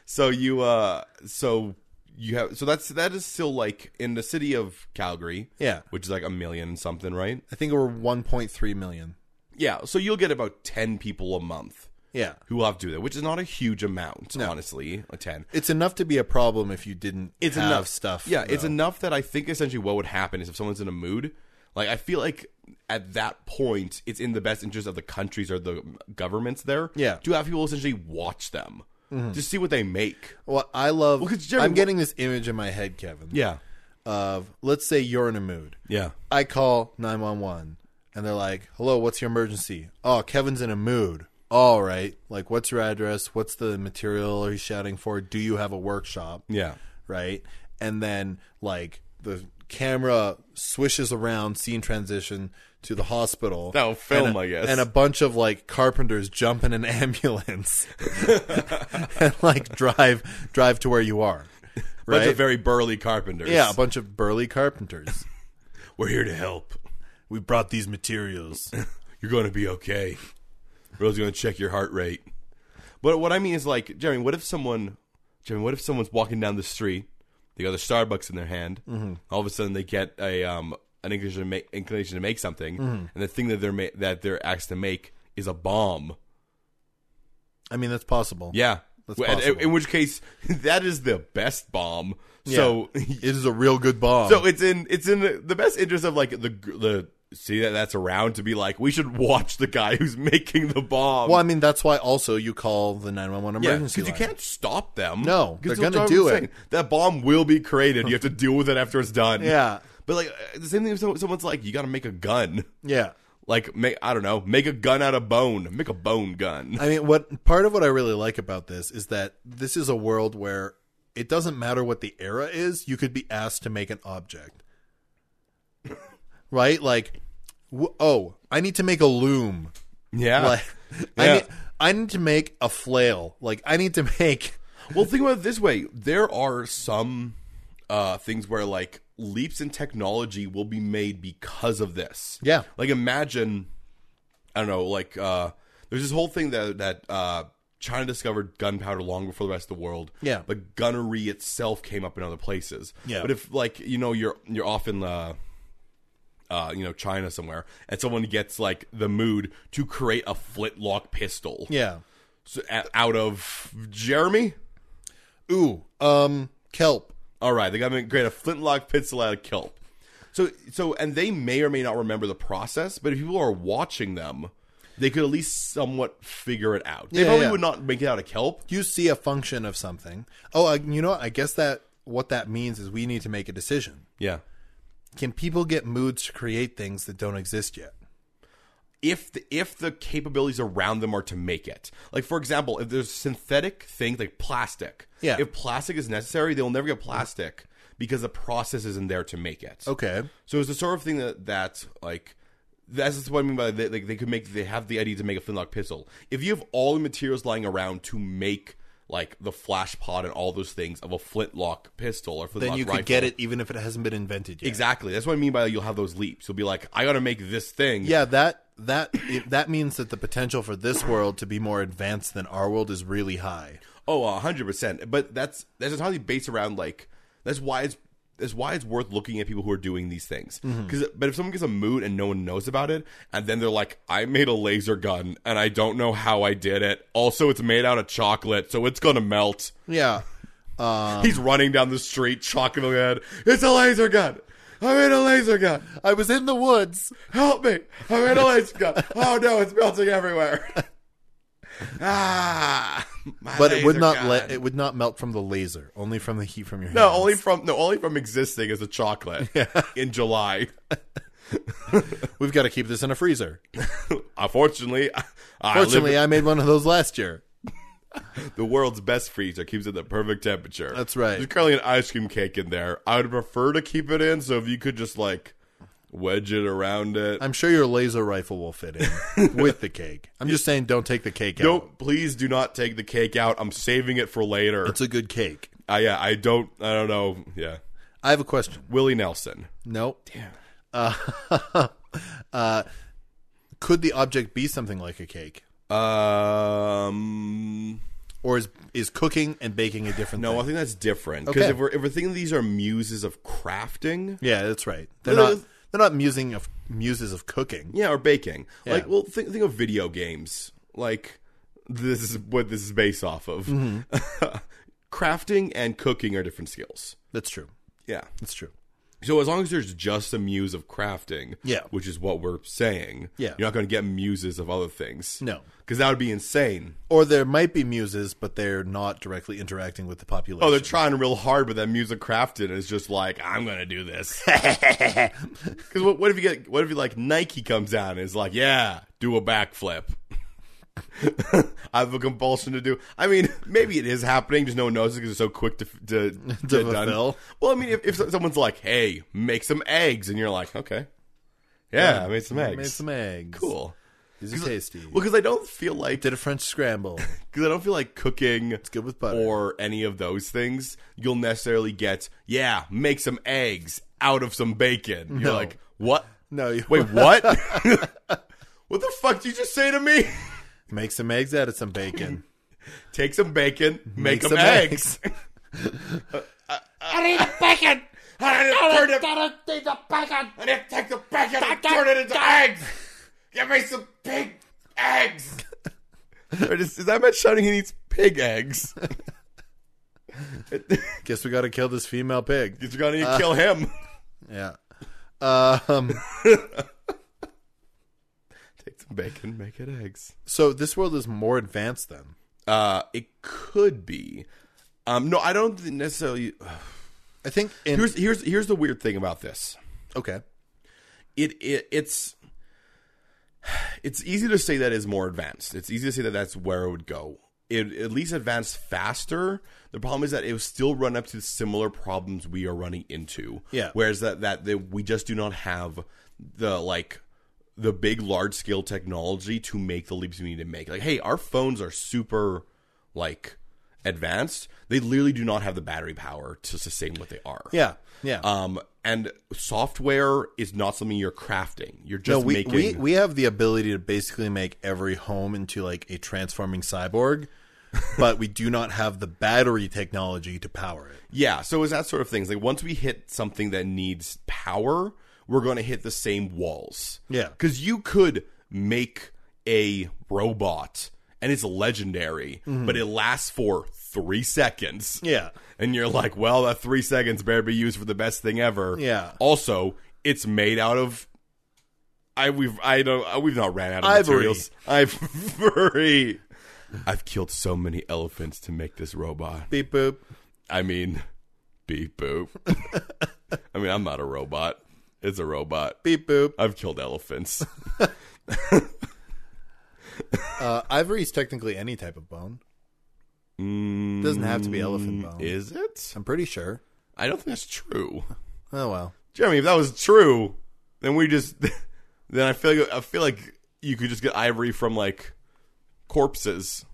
Speaker 1: so you, uh, so you have, so that's that is still like in the city of Calgary,
Speaker 2: Yeah.
Speaker 1: which is like a million and something, right?
Speaker 2: I think we're one point three million.
Speaker 1: Yeah, so you'll get about 10 people a month
Speaker 2: Yeah,
Speaker 1: who will have to do that, which is not a huge amount, honestly, a 10.
Speaker 2: it's enough to be a problem if you didn't.
Speaker 1: It's
Speaker 2: have
Speaker 1: enough
Speaker 2: stuff.
Speaker 1: Yeah, it's
Speaker 2: though.
Speaker 1: enough that I think essentially what would happen is if someone's in a mood, like I feel like at that point it's in the best interest of the countries or the governments there
Speaker 2: Yeah. Mm-hmm.
Speaker 1: to have people essentially watch them. Just see what they make.
Speaker 2: Well, I love.
Speaker 1: 'cause Jeremy-
Speaker 2: I'm getting this image in my head, Kevin.
Speaker 1: Yeah.
Speaker 2: Of let's say you're in a mood.
Speaker 1: Yeah.
Speaker 2: I call 911 and they're like, hello, what's your emergency? Oh, Kevin's in a mood. All right. Like, what's your address? What's the material are you shouting for? Do you have a workshop?
Speaker 1: Yeah.
Speaker 2: Right. And then, like, the camera swishes around, scene transition to the hospital.
Speaker 1: That'll film,
Speaker 2: And a-
Speaker 1: I guess.
Speaker 2: And a bunch of, like, carpenters jump in an ambulance and, like, drive drive to where you are.
Speaker 1: Bunch
Speaker 2: Right.
Speaker 1: of very burly carpenters.
Speaker 2: yeah. A bunch of burly carpenters.
Speaker 1: We're here to help.
Speaker 2: we brought these materials.
Speaker 1: You're going to be okay. Rose going to check your heart rate. But what I mean is like, Jeremy, what if someone, Jeremy, what if someone's walking down the street, they got their Starbucks in their hand,
Speaker 2: Mm-hmm.
Speaker 1: all of a sudden they get a um an inclination to make, inclination to make something,
Speaker 2: Mm-hmm.
Speaker 1: and the thing that they're ma- that they're asked to make is a bomb.
Speaker 2: I mean, that's possible.
Speaker 1: Yeah.
Speaker 2: That's
Speaker 1: Well, in-
Speaker 2: possible.
Speaker 1: in which case, that is the best bomb. So,
Speaker 2: it is a real good bomb.
Speaker 1: so it's in it's in the, the best interest of like the gr- the see that that's around to be like we should watch the guy who's making the bomb.
Speaker 2: well, I mean, that's why also you call the nine one one
Speaker 1: Yeah,
Speaker 2: emergency.
Speaker 1: because you
Speaker 2: line.
Speaker 1: can't stop them.
Speaker 2: No,
Speaker 1: 'Cause
Speaker 2: they're
Speaker 1: it's
Speaker 2: gonna
Speaker 1: what
Speaker 2: do
Speaker 1: I'm
Speaker 2: it.
Speaker 1: saying. That bomb will be created. You have to deal with it after it's done.
Speaker 2: Yeah,
Speaker 1: But like uh, the same thing if someone- someone's like, you got to make a gun.
Speaker 2: yeah.
Speaker 1: Like make I don't know, make a gun out of bone. Make a bone gun.
Speaker 2: I mean, what part of what I really like about this is that this is a world where it doesn't matter what the era is; you could be asked to make an object, right? Like, w- oh, I need to make a loom.
Speaker 1: Yeah.
Speaker 2: Like, I
Speaker 1: Yeah.
Speaker 2: need, I need to make a flail. Like, I need to make.
Speaker 1: well, think about it this way: there are some uh, things where like leaps in technology will be made because of this.
Speaker 2: Yeah.
Speaker 1: Like imagine, I don't know, like uh, there's this whole thing that that uh, China discovered gunpowder long before the rest of the world.
Speaker 2: Yeah.
Speaker 1: but gunnery itself came up in other places.
Speaker 2: Yeah.
Speaker 1: but if like you know you're you're off in uh, uh, you know China somewhere, and someone gets like the mood to create a flintlock pistol
Speaker 2: Yeah.
Speaker 1: so, a- out of Jeremy.
Speaker 2: Ooh. Um. Kelp.
Speaker 1: All right, they got to create a flintlock pistol out of kelp. So, so, and they may or may not remember the process, but if people are watching them, they could at least somewhat figure it out. They
Speaker 2: Yeah,
Speaker 1: probably
Speaker 2: yeah.
Speaker 1: would not make it out of kelp.
Speaker 2: you see a function of something. Oh, uh, you know, what? I guess that what that means is we need to make a decision.
Speaker 1: Yeah,
Speaker 2: Can people get moods to create things that don't exist yet?
Speaker 1: if the, if the capabilities around them are to make it. Like for example, if there's synthetic things like plastic.
Speaker 2: Yeah.
Speaker 1: If plastic is necessary, they'll never get plastic because the process isn't there to make it.
Speaker 2: Okay.
Speaker 1: So it's the sort of thing that that like that's just what I mean by they, like they could make they have the idea to make a flintlock pistol. If you have all the materials lying around to make like the flash pod and all those things of a flintlock pistol or flintlock
Speaker 2: Then you
Speaker 1: rifle,
Speaker 2: could get it even if it hasn't been invented yet.
Speaker 1: exactly. That's what I mean by you'll have those leaps. You'll be like, I got to make this thing.
Speaker 2: Yeah, that that it, that means that the potential for this world to be more advanced than our world is really high.
Speaker 1: Oh, a hundred percent. But that's that's entirely based around like that's why it's that's why it's worth looking at people who are doing these things.
Speaker 2: Mm-hmm.
Speaker 1: Because but if someone gets a mood and no one knows about it, and then they're like, I made a laser gun and I don't know how I did it. Also, it's made out of chocolate, so it's gonna melt.
Speaker 2: Yeah. Uh, Uh-huh.
Speaker 1: He's running down the street, chocolate head. It's a laser gun. I made a laser gun.
Speaker 2: I was in the woods.
Speaker 1: Help me! I made a laser gun. Oh no, it's melting everywhere. ah, my
Speaker 2: But it would
Speaker 1: laser
Speaker 2: not
Speaker 1: gun.
Speaker 2: let it would not melt from the laser, only from the heat from your
Speaker 1: No,
Speaker 2: hands.
Speaker 1: only from no, only from existing as a chocolate in July.
Speaker 2: We've got to keep this in a freezer.
Speaker 1: unfortunately, I, I live
Speaker 2: Fortunately, I made one of those last year.
Speaker 1: The world's best freezer keeps it the perfect temperature.
Speaker 2: That's right.
Speaker 1: There's currently an ice cream cake in there. I would prefer to keep it in, so if you could just like wedge it around it.
Speaker 2: I'm sure your laser rifle will fit in with the cake. I'm just saying, don't take the cake out.
Speaker 1: don't please do not take the cake out. I'm saving it for later.
Speaker 2: It's a good cake.
Speaker 1: I- yeah, I don't I don't know. Yeah.
Speaker 2: I have a question.
Speaker 1: Willie Nelson.
Speaker 2: No. Damn. Uh, uh, could the object be something like a cake,
Speaker 1: Um
Speaker 2: or is is cooking and baking a different?
Speaker 1: no,
Speaker 2: thing?
Speaker 1: I think that's different. Because
Speaker 2: Okay.
Speaker 1: if we're if we're thinking these are muses of crafting.
Speaker 2: Yeah, that's right. They're
Speaker 1: No, no,
Speaker 2: not. They're not musing of muses of cooking.
Speaker 1: Yeah, or baking.
Speaker 2: Yeah.
Speaker 1: Like well think think of video games. Like this is what this is based off of. crafting and cooking are different skills.
Speaker 2: That's true.
Speaker 1: Yeah.
Speaker 2: That's true.
Speaker 1: So as long as there's just a muse of crafting,
Speaker 2: Yeah.
Speaker 1: which is what we're saying,
Speaker 2: Yeah.
Speaker 1: you're not going to get muses of other things,
Speaker 2: No.
Speaker 1: because that would be insane.
Speaker 2: Or there might be muses, but they're not directly interacting with the population.
Speaker 1: Oh, they're trying real hard, but that muse of crafting is just like, I'm going to do this. Because what, what if you get? What if you like Nike comes out and is like, yeah, do a backflip. I have a compulsion to do. I mean, maybe it is happening, just no one knows because it's so quick to to, to get done.
Speaker 2: fulfill.
Speaker 1: Well, I mean, if, if someone's like, "Hey, make some eggs," and you're like, "Okay, yeah, I made some eggs.
Speaker 2: Made some eggs.
Speaker 1: cool."
Speaker 2: These are tasty.
Speaker 1: Well, because I don't feel like
Speaker 2: Did a French scramble.
Speaker 1: because I don't feel like cooking
Speaker 2: good with butter.
Speaker 1: or any of those things. You'll necessarily get yeah, make some eggs out of some bacon. You're
Speaker 2: No.
Speaker 1: like, what?
Speaker 2: No, you
Speaker 1: Wait, what? what the fuck did you just say to me?
Speaker 2: make some eggs out of some bacon.
Speaker 1: Take some bacon, make,
Speaker 2: Make
Speaker 1: some,
Speaker 2: some
Speaker 1: eggs.
Speaker 3: I need the bacon.
Speaker 1: I need to
Speaker 3: I
Speaker 1: turn
Speaker 3: need
Speaker 1: it-
Speaker 3: the- need the bacon.
Speaker 1: I need to take the bacon and turn it into eggs. Give me some pig eggs. Or does- is that meant shouting he needs pig eggs?
Speaker 2: Guess we got to kill this female pig.
Speaker 1: You're gonna need to kill him.
Speaker 2: Yeah. Um,
Speaker 1: Take some bacon, make it eggs.
Speaker 2: so this world is more advanced then.
Speaker 1: Uh, it could be. Um, no, I don't thi- necessarily.
Speaker 2: I think. In,
Speaker 1: Here's here's here's the weird thing about this.
Speaker 2: okay.
Speaker 1: It, it it's it's easy to say that is more advanced. It's easy to say that that's where it would go. It at least advanced faster. The problem is that it will still run up to similar problems we are running into.
Speaker 2: Yeah.
Speaker 1: Whereas that that, that we just do not have the like the big large scale technology to make the leaps we need to make. Like, hey, our phones are super like advanced. They literally do not have the battery power to sustain what they are.
Speaker 2: Yeah. Yeah.
Speaker 1: Um, and software is not something you're crafting. You're
Speaker 2: no,
Speaker 1: just
Speaker 2: we,
Speaker 1: making.
Speaker 2: we we have the ability to basically make every home into like a transforming cyborg, but we do not have the battery technology to power it.
Speaker 1: yeah, so it's that sort of things. Like once we hit something that needs power, we're going to hit the same walls.
Speaker 2: Yeah.
Speaker 1: because you could make a robot and it's legendary, but it lasts for three seconds.
Speaker 2: Mm-hmm. Yeah.
Speaker 1: and you're like, well, that three seconds better be used for the best thing ever.
Speaker 2: Yeah.
Speaker 1: Also, it's made out of. I we've I don't we've not ran out of
Speaker 2: Ivory.
Speaker 1: materials. Ivory. I've killed so many elephants to make this robot.
Speaker 2: Beep boop.
Speaker 1: I mean, beep boop. I mean, I'm not a robot. It's a robot.
Speaker 2: Beep boop.
Speaker 1: I've killed elephants.
Speaker 2: Uh, ivory is technically any type of bone. Doesn't have to be elephant bone.
Speaker 1: Mm, Is it?
Speaker 2: I'm pretty sure.
Speaker 1: I don't think that's true.
Speaker 2: Oh well.
Speaker 1: Jeremy, if that was true, then we just then I feel like, I feel like you could just get ivory from like corpses.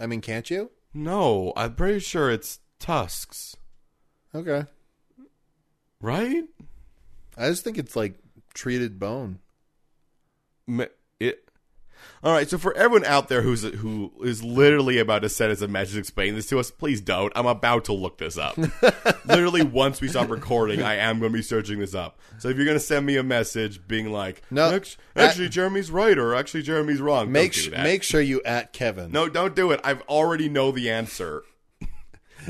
Speaker 2: I mean, can't you?
Speaker 1: No, I'm pretty sure it's tusks,
Speaker 2: Okay.
Speaker 1: right?
Speaker 2: I just think it's like treated bone.
Speaker 1: Ma- It. All right, so for everyone out there who's who is literally about to send us a message explaining this to us, please don't. I'm about to look this up. literally, once we stop recording, I am going to be searching this up. So if you're going to send me a message being like,
Speaker 2: No,
Speaker 1: "Act-
Speaker 2: that-
Speaker 1: actually, Jeremy's right or actually Jeremy's wrong,
Speaker 2: Make
Speaker 1: do
Speaker 2: sh-
Speaker 1: that.
Speaker 2: make sure you at Kevin.
Speaker 1: No, don't do it. I've already know the answer.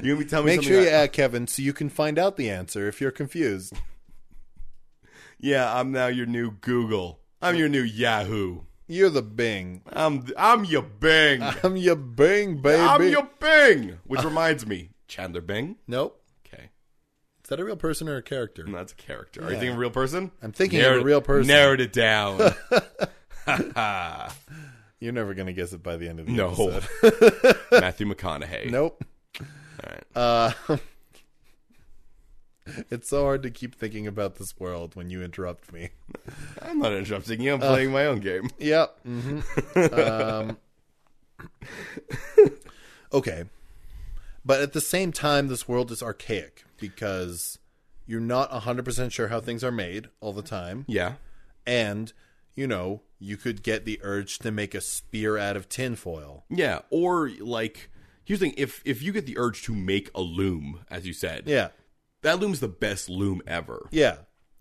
Speaker 1: You gonna be telling me
Speaker 2: Make
Speaker 1: something?
Speaker 2: sure you
Speaker 1: that-
Speaker 2: at Kevin so you can find out the answer if you're confused.
Speaker 1: yeah, I'm now your new Google. I'm your new Yahoo.
Speaker 2: You're the Bing.
Speaker 1: I'm I'm your Bing.
Speaker 2: I'm your Bing, baby.
Speaker 1: I'm your Bing. Which reminds me, Chandler Bing.
Speaker 2: Nope.
Speaker 1: Okay,
Speaker 2: Is that a real person or a character?
Speaker 1: that's a character. Are you thinking a real person?
Speaker 2: I'm thinking of a real person.
Speaker 1: Narrowed it down.
Speaker 2: You're never gonna guess it by the end of the
Speaker 1: No,
Speaker 2: episode.
Speaker 1: Matthew McConaughey.
Speaker 2: Nope.
Speaker 1: All right.
Speaker 2: Uh, it's so hard to keep thinking about this world when you interrupt me.
Speaker 1: I'm not interrupting you. I'm playing my own game.
Speaker 2: Yep. hmm um, okay. But at the same time, this world is archaic because you're not 100% sure how things are made all the time.
Speaker 1: Yeah.
Speaker 2: And, you know, you could get the urge to make a spear out of tinfoil.
Speaker 1: Yeah, or like here's the thing: if if you get the urge to make a loom, as you said,
Speaker 2: Yeah.
Speaker 1: that loom's the best loom ever.
Speaker 2: Yeah.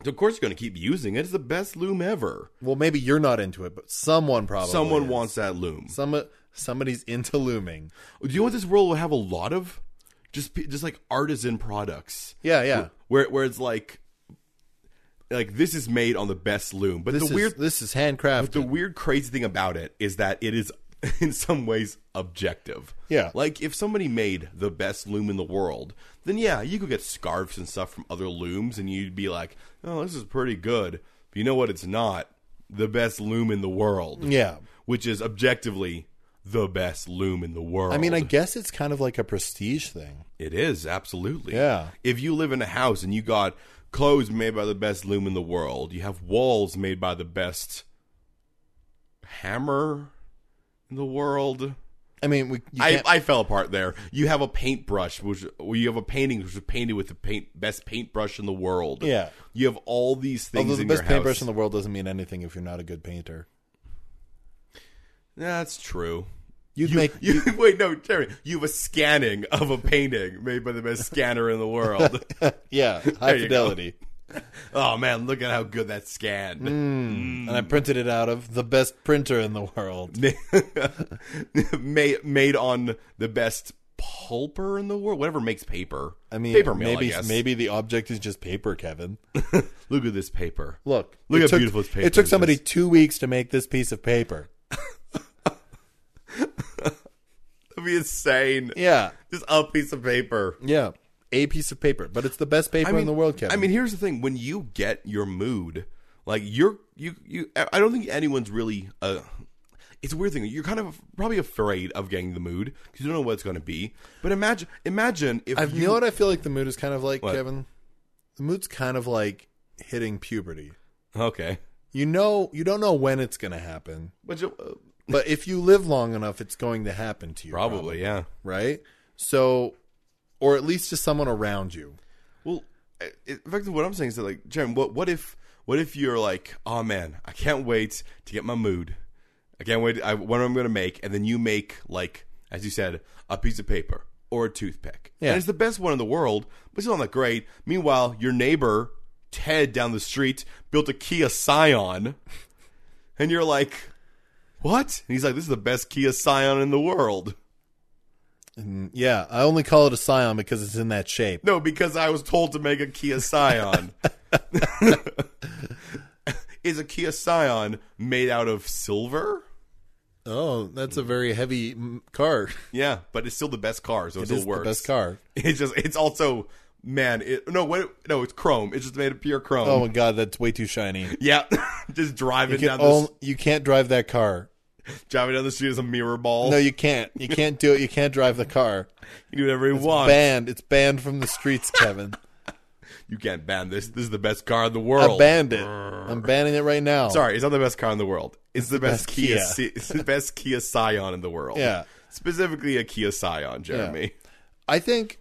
Speaker 1: So of course you're going to keep using it. It's the best loom ever.
Speaker 2: Well, maybe you're not into it, but someone probably.
Speaker 1: Someone
Speaker 2: is.
Speaker 1: wants that loom.
Speaker 2: Some, somebody's into looming.
Speaker 1: Do you know what this world will have a lot of? Just pe- just like artisan products,
Speaker 2: Yeah, yeah.
Speaker 1: where where it's like like this is made on the best loom. But
Speaker 2: This
Speaker 1: the
Speaker 2: is,
Speaker 1: weird
Speaker 2: This is handcrafted.
Speaker 1: the weird crazy thing about it is that it is in some ways objective.
Speaker 2: Yeah.
Speaker 1: Like if somebody made the best loom in the world, then yeah, you could get scarves and stuff from other looms and you'd be like, "Oh, this is pretty good." But you know what it's not? The best loom in the world.
Speaker 2: yeah.
Speaker 1: Which is objectively the best loom in the world.
Speaker 2: I mean, I guess it's kind of like a prestige thing.
Speaker 1: It is absolutely.
Speaker 2: Yeah.
Speaker 1: If you live in a house and you got clothes made by the best loom in the world, you have walls made by the best hammer in the world.
Speaker 2: I mean, we you
Speaker 1: I,
Speaker 2: can't-
Speaker 1: I fell apart there. You have a paintbrush, which well, you have a painting which was painted with the paint best paintbrush in the world.
Speaker 2: Yeah.
Speaker 1: You have all these things.
Speaker 2: although the
Speaker 1: in
Speaker 2: best
Speaker 1: your house.
Speaker 2: paintbrush in the world doesn't mean anything if you're not a good painter.
Speaker 1: That's true.
Speaker 2: You'd
Speaker 1: You,
Speaker 2: make
Speaker 1: you, wait, no, Terry. You have a scanning of a painting made by the best scanner in the world.
Speaker 2: yeah high
Speaker 1: you
Speaker 2: fidelity,
Speaker 1: oh man, look at how good that scanned.
Speaker 2: and
Speaker 1: Mm.
Speaker 2: I printed it out of the best printer in the world.
Speaker 1: made made on the best pulper in the world, whatever makes paper.
Speaker 2: I mean,
Speaker 1: paper mill.
Speaker 2: maybe
Speaker 1: I guess.
Speaker 2: maybe the object is just paper, Kevin.
Speaker 1: Look at this paper.
Speaker 2: Look,
Speaker 1: Look
Speaker 2: it
Speaker 1: how
Speaker 2: took-
Speaker 1: beautiful this paper
Speaker 2: It took
Speaker 1: is.
Speaker 2: somebody two weeks to make this piece of paper.
Speaker 1: That'd be insane.
Speaker 2: Yeah,
Speaker 1: Just a piece of paper.
Speaker 2: yeah, a piece of paper, but it's the best paper in the world, Kevin.
Speaker 1: I mean, here's the thing: when you get your mood, like you're you you, I don't think anyone's really. Uh, it's a weird thing. You're kind of probably afraid of getting the mood because you don't know what it's going to be. But imagine, imagine if
Speaker 2: I've, you, know what I feel like the mood is kind of like,
Speaker 1: What?
Speaker 2: Kevin? The mood's kind of like hitting puberty.
Speaker 1: okay,
Speaker 2: You know, you don't know when it's going to happen,
Speaker 1: but you, uh,
Speaker 2: but if you live long enough, it's going to happen to you.
Speaker 1: probably yeah.
Speaker 2: right? So, or at least to someone around you.
Speaker 1: Well, i- in fact, what I'm saying is that, like, Jeremy, what what if what if you're like, oh man, I can't wait to get my mood. I can't wait. I, what I'm going to make, and then you make like, as you said, a piece of paper or a toothpick,
Speaker 2: Yeah.
Speaker 1: and it's the best one in the world, but it's not that great. Meanwhile, your neighbor Ted down the street built a Kia Scion, and you're like, what? And he's like, this is the best Kia Scion in the world.
Speaker 2: And Mm, yeah, I only call it a scion because it's in that shape.
Speaker 1: No, because I was told to make a Kia Scion. Is a Kia Scion made out of silver?
Speaker 2: Oh, that's a very heavy mm, car.
Speaker 1: Yeah, but it's still the best car, so it, still
Speaker 2: It's the
Speaker 1: works.
Speaker 2: best car.
Speaker 1: It's just it's also man, it no what no, it's chrome. It's just made of pure chrome.
Speaker 2: Oh my god, that's way too shiny.
Speaker 1: Yeah. just driving
Speaker 2: You, can
Speaker 1: down the
Speaker 2: only- you can't drive that car.
Speaker 1: driving down the street as a mirror ball.
Speaker 2: No, you can't. You can't do it. You can't drive the car.
Speaker 1: you do whatever you want.
Speaker 2: Banned. It's banned from the streets, Kevin.
Speaker 1: you can't ban this. This is the best car in the
Speaker 2: I
Speaker 1: world.
Speaker 2: banned it. I'm banning it right now.
Speaker 1: Sorry, it's not the best car in the world. It's, the, best,
Speaker 2: best
Speaker 1: Kia.
Speaker 2: Kia.
Speaker 1: Si- it's the best Kia Scion in the world.
Speaker 2: Yeah.
Speaker 1: specifically a Kia Scion, Jeremy.
Speaker 2: I think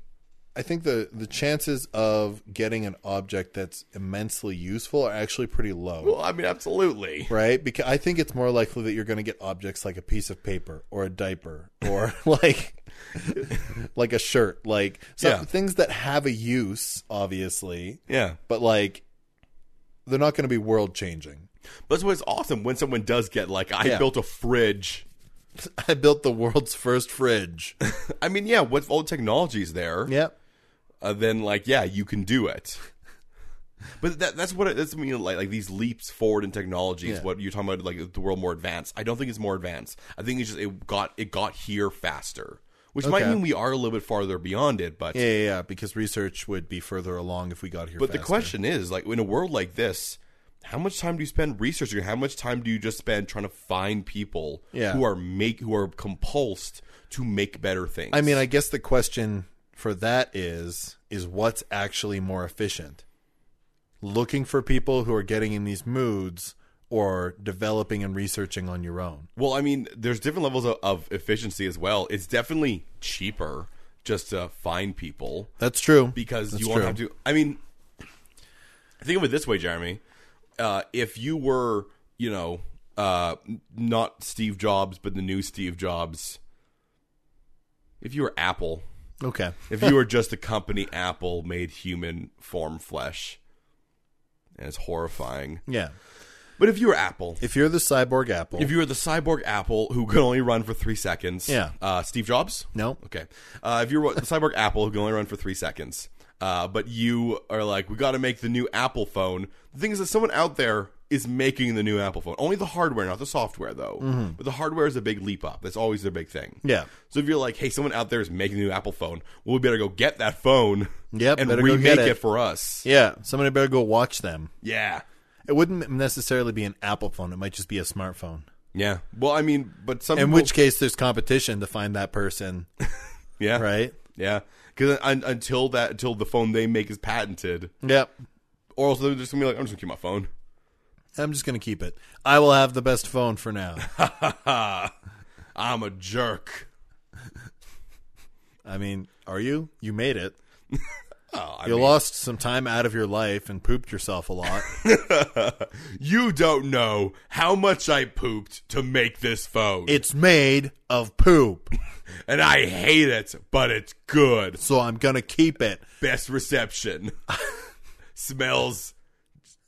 Speaker 2: I think the the chances of getting an object that's immensely useful are actually pretty low.
Speaker 1: Well, I mean, absolutely.
Speaker 2: right? Because I think it's more likely that you're going to get objects like a piece of paper or a diaper or like like a shirt, like some,
Speaker 1: Yeah.
Speaker 2: things that have a use, obviously,
Speaker 1: Yeah,
Speaker 2: but like they're not going to be world changing.
Speaker 1: but that's why it's awesome when someone does get like, I
Speaker 2: Yeah.
Speaker 1: built a fridge.
Speaker 2: I built the world's first fridge.
Speaker 1: I mean, yeah, with all the technologies there,
Speaker 2: yep.
Speaker 1: uh, then like, yeah, you can do it. But that, that's what it, that's what I mean. Like, like these leaps forward in technology is
Speaker 2: Yeah.
Speaker 1: what you're talking about. Like the world more advanced. I don't think it's more advanced. I think it's just it got it got here faster, which might
Speaker 2: Okay.
Speaker 1: mean we are a little bit farther beyond it. But
Speaker 2: Yeah, yeah, yeah, because research would be further along if we got here.
Speaker 1: But the question is, like, in a world like this, how much time do you spend researching? How much time do you just spend trying to find people
Speaker 2: Yeah.
Speaker 1: who are make who are compulsed to make better things?
Speaker 2: I mean, I guess the question for that is is what's actually more efficient? Looking for people who are getting in these moods or developing and researching on your own.
Speaker 1: Well, I mean, there's different levels of, of efficiency as well. It's definitely cheaper just to find people
Speaker 2: That's true.
Speaker 1: because
Speaker 2: That's
Speaker 1: you won't
Speaker 2: true.
Speaker 1: have to. I mean, think of it this way, Jeremy. Uh, if you were, you know, uh, not Steve Jobs, but the new Steve Jobs, if you were Apple,
Speaker 2: Okay.
Speaker 1: if you were just a company Apple made human form flesh, and it's horrifying.
Speaker 2: Yeah.
Speaker 1: But if you were Apple,
Speaker 2: If you're the cyborg apple.
Speaker 1: if you were the cyborg Apple who could only run for three seconds,
Speaker 2: Yeah.
Speaker 1: uh, Steve Jobs,
Speaker 2: no.
Speaker 1: okay. Uh, if you're the cyborg Apple who can only run for three seconds, uh, but you are like, we got to make the new Apple phone. The thing is that someone out there is making the new Apple phone. Only the hardware, not the software, though. But the hardware is a big leap up. That's always their big thing.
Speaker 2: Yeah.
Speaker 1: So if you're like, hey, someone out there is making the new Apple phone, well, we better go get that phone.
Speaker 2: Yep,
Speaker 1: and
Speaker 2: better go
Speaker 1: remake
Speaker 2: get it.
Speaker 1: for us.
Speaker 2: Yeah. Somebody better go watch them.
Speaker 1: Yeah.
Speaker 2: It wouldn't necessarily be an Apple phone. It might just be a smartphone.
Speaker 1: Yeah. Well, I mean, but some
Speaker 2: In
Speaker 1: people-
Speaker 2: which case, there's competition to find that person,
Speaker 1: yeah,
Speaker 2: right?
Speaker 1: yeah, because un- until that until the phone they make is patented,
Speaker 2: Yep.
Speaker 1: or else they're just gonna be like, I'm just gonna keep my phone.
Speaker 2: I'm just going to keep it. I will have the best phone for now.
Speaker 1: I'm a jerk.
Speaker 2: I mean, are you? You made it.
Speaker 1: Oh, I
Speaker 2: You
Speaker 1: mean,
Speaker 2: lost some time out of your life and pooped yourself a lot.
Speaker 1: you don't know how much I pooped to make this phone,
Speaker 2: it's made of poop,
Speaker 1: and I hate it, but it's good.
Speaker 2: so I'm going to keep it.
Speaker 1: Best reception. Smells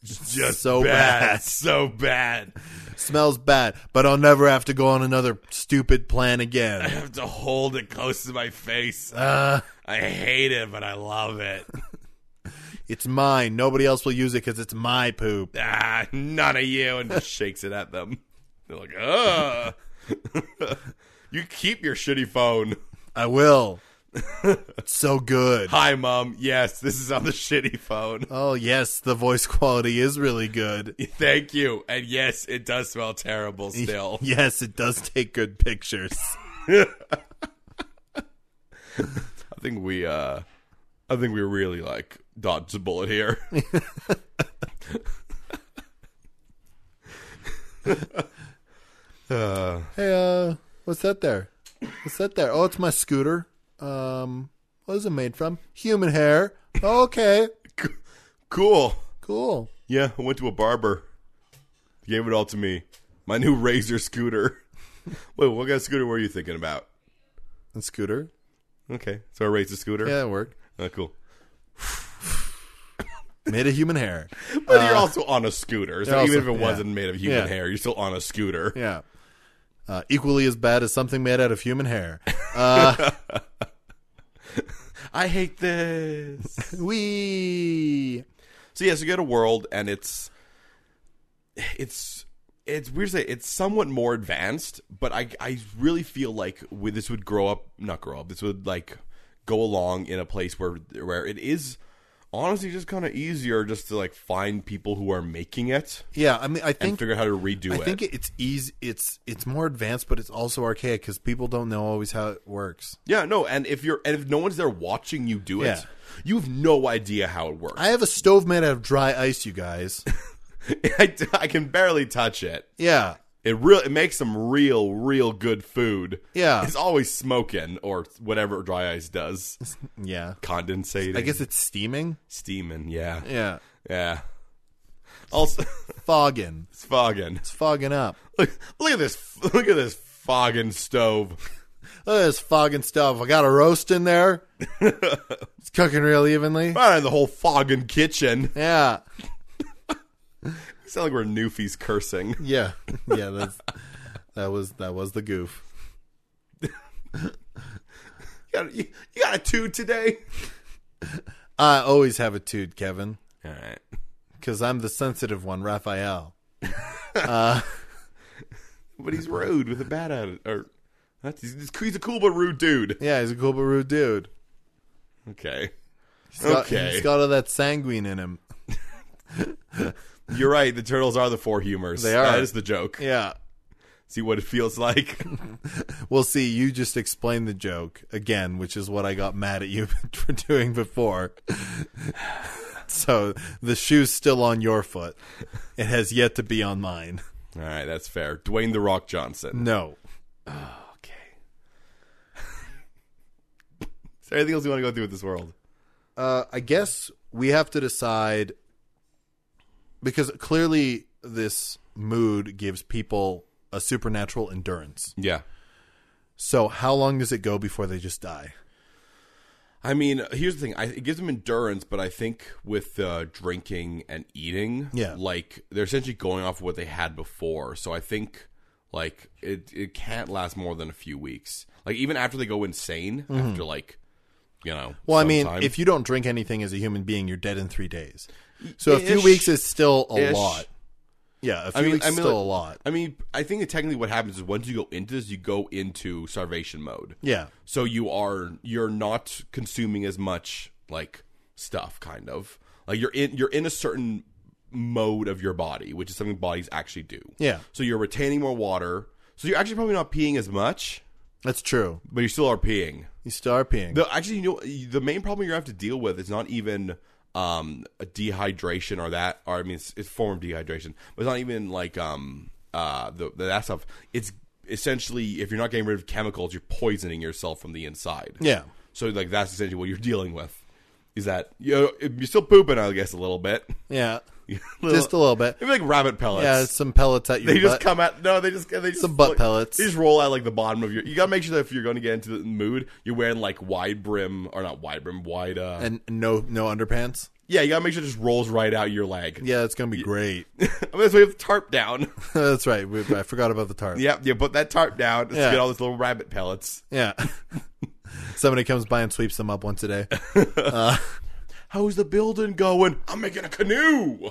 Speaker 1: j- just
Speaker 2: So bad.
Speaker 1: so bad.
Speaker 2: Smells bad, but I'll never have to go on another stupid plan
Speaker 1: I
Speaker 2: again.
Speaker 1: have to hold it close to my face.
Speaker 2: Uh,
Speaker 1: I hate it, but I love it.
Speaker 2: it's mine. Nobody else will use it because it's my poop.
Speaker 1: ah, none of you, and just shakes it at them. They're like, ugh. you keep your shitty phone.
Speaker 2: I will. it's so good.
Speaker 1: Hi, mom. Yes, this is on the shitty phone.
Speaker 2: Oh, yes, the voice quality is really good.
Speaker 1: Thank you. And yes, it does smell terrible still.
Speaker 2: Yes, it does take good pictures.
Speaker 1: I think we, uh, I think we really like dodged a bullet here. uh,
Speaker 2: Hey, uh, what's that there? What's that there? Oh, it's my scooter. Um, what is it made from? Human hair. Oh, Okay,
Speaker 1: cool.
Speaker 2: cool.
Speaker 1: Yeah, I went to a barber. He gave it all to me. My new Razor scooter. Wait, what kind of scooter were you thinking about?
Speaker 2: And scooter.
Speaker 1: Okay, so a Razor scooter.
Speaker 2: Yeah, it worked.
Speaker 1: Oh, cool.
Speaker 2: Made of human hair.
Speaker 1: But you're also on a scooter, so
Speaker 2: Uh, You're
Speaker 1: even
Speaker 2: also-
Speaker 1: if it
Speaker 2: yeah.
Speaker 1: wasn't made of human
Speaker 2: Yeah.
Speaker 1: hair, you're still on a scooter.
Speaker 2: Yeah. Uh, equally as bad as something made out of human hair.
Speaker 1: I hate this.
Speaker 2: Wee.
Speaker 1: so yeah, so you go to World, and it's it's it's weird to say it's somewhat more advanced, but I I really feel like with, this would grow up, not grow up. This would like go along in a place where where it is honestly just kind of easier just to like find people who are making it
Speaker 2: Yeah, I mean, I
Speaker 1: and
Speaker 2: think
Speaker 1: figure out how to redo
Speaker 2: I
Speaker 1: it.
Speaker 2: think it's easy. It's it's more advanced, but it's also archaic because people don't know always how it works.
Speaker 1: yeah, no, and if you're and if no one's there watching you do
Speaker 2: Yeah.
Speaker 1: it, you have no idea how it works.
Speaker 2: I have a stove made out of dry ice, you guys.
Speaker 1: I, I can barely touch it.
Speaker 2: Yeah,
Speaker 1: It real it makes some real real good food.
Speaker 2: Yeah.
Speaker 1: it's always smoking or whatever dry ice does,
Speaker 2: yeah.
Speaker 1: condensating.
Speaker 2: I guess it's steaming.
Speaker 1: steaming. Yeah,
Speaker 2: Yeah,
Speaker 1: yeah. Also,
Speaker 2: fogging.
Speaker 1: it's fogging.
Speaker 2: It's fogging up.
Speaker 1: Look, look at this. Look at this fogging stove.
Speaker 2: Look at this fogging stuff. I got a roast in there. it's cooking real evenly.
Speaker 1: Ah, the whole fogging kitchen.
Speaker 2: Yeah.
Speaker 1: It's sound like we're Newfies cursing.
Speaker 2: Yeah. Yeah, that's that was that was the goof.
Speaker 1: You got, a- you, you got a two today.
Speaker 2: I always have a toot, Kevin,
Speaker 1: All right.
Speaker 2: because I'm the sensitive one, Raphael.
Speaker 1: But he's rude with a bat at it. Or that's, he's, he's a cool but rude dude.
Speaker 2: Yeah, he's a cool but rude dude.
Speaker 1: Okay.
Speaker 2: He's got,
Speaker 1: Okay.
Speaker 2: He's got all that sanguine in him.
Speaker 1: You're right. The turtles are the four humors.
Speaker 2: They are.
Speaker 1: That is the joke.
Speaker 2: Yeah.
Speaker 1: See what it feels like.
Speaker 2: Well, see, you just explained the joke again, which is what I got mad at you for doing before. so the shoe's still on your foot. It has yet to be on mine.
Speaker 1: All right, that's fair. Dwayne the Rock Johnson.
Speaker 2: No.
Speaker 1: Okay. Is there anything else you want to go through with this world?
Speaker 2: Uh, I guess we have to decide because clearly this mood gives people a supernatural endurance.
Speaker 1: Yeah.
Speaker 2: So how long does it go before they just die?
Speaker 1: I mean, here's the thing. I, it gives them endurance, but I think with uh, drinking and eating,
Speaker 2: Yeah.
Speaker 1: like they're essentially going off what they had before. So I think like it it can't last more than a few weeks. Like even after they go insane, after like you know.
Speaker 2: Mm-hmm. Well, I
Speaker 1: some
Speaker 2: mean,
Speaker 1: time.
Speaker 2: if you don't drink anything as a human being, you're dead in three days. So a few
Speaker 1: Ish.
Speaker 2: weeks is still a
Speaker 1: Ish.
Speaker 2: lot. Yeah, a few
Speaker 1: mean-
Speaker 2: weeks
Speaker 1: I
Speaker 2: is
Speaker 1: mean,
Speaker 2: still
Speaker 1: like-
Speaker 2: a lot.
Speaker 1: I mean, I think that technically what happens is once you go into this, you go into starvation mode.
Speaker 2: Yeah,
Speaker 1: so you are you're not consuming as much like stuff kind of like you're in you're in a certain mode of your body which is something bodies actually do
Speaker 2: Yeah.
Speaker 1: so you're retaining more water so you're actually probably not peeing as much
Speaker 2: that's true.
Speaker 1: but you still are peeing
Speaker 2: You start peeing.
Speaker 1: the, actually you know the main problem you have to deal with is not even um dehydration or that or i mean it's, it's a form of dehydration but it's not even like um uh the, the that stuff it's essentially if you're not getting rid of chemicals you're poisoning yourself from the inside
Speaker 2: yeah,
Speaker 1: so like that's essentially what you're dealing with. Is that you know, you're still pooping? I guess a little bit,
Speaker 2: yeah,
Speaker 1: Little-
Speaker 2: just a little bit.
Speaker 1: maybe like rabbit pellets.
Speaker 2: Yeah, some pellets at your
Speaker 1: they just
Speaker 2: butt.
Speaker 1: come out. No, they just they just
Speaker 2: Some butt
Speaker 1: like,
Speaker 2: pellets.
Speaker 1: They just roll out like the bottom of your. You gotta make sure that if you're going to get into the mood, you're wearing like wide brim or not wide brim, wide. uh
Speaker 2: and no, no underpants.
Speaker 1: Yeah, you gotta make sure it just rolls right out your leg.
Speaker 2: Yeah, it's gonna be great.
Speaker 1: I mean, that's why you have the tarp down.
Speaker 2: that's right. We, I forgot about the tarp.
Speaker 1: yep, you put that tarp down. Just
Speaker 2: Yeah.
Speaker 1: get all these little rabbit pellets.
Speaker 2: Yeah. Somebody comes by and sweeps them up once a day.
Speaker 1: How's the building going? I'm making a canoe.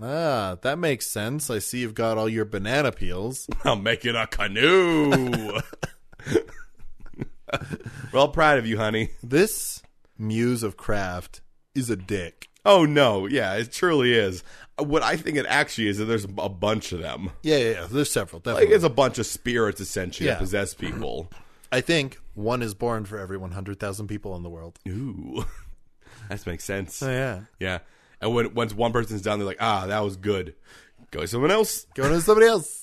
Speaker 2: ah, that makes sense. I see you've got all your banana peels.
Speaker 1: I'm making a canoe. We're all proud of you, honey.
Speaker 2: This muse of craft is a dick.
Speaker 1: Oh no, yeah, it truly is. What I think it actually is that there's a bunch of them.
Speaker 2: Yeah, yeah, yeah. There's several.
Speaker 1: Like
Speaker 2: Definitely.
Speaker 1: it's a bunch of spirits essentially
Speaker 2: Yeah.
Speaker 1: that possess people.
Speaker 2: I think one is born for every 100,000 people in the world.
Speaker 1: Ooh, that makes sense.
Speaker 2: Oh, yeah.
Speaker 1: Yeah, and when once one person's done, they're like, ah, that was good. Go to someone else.
Speaker 2: Going to somebody else.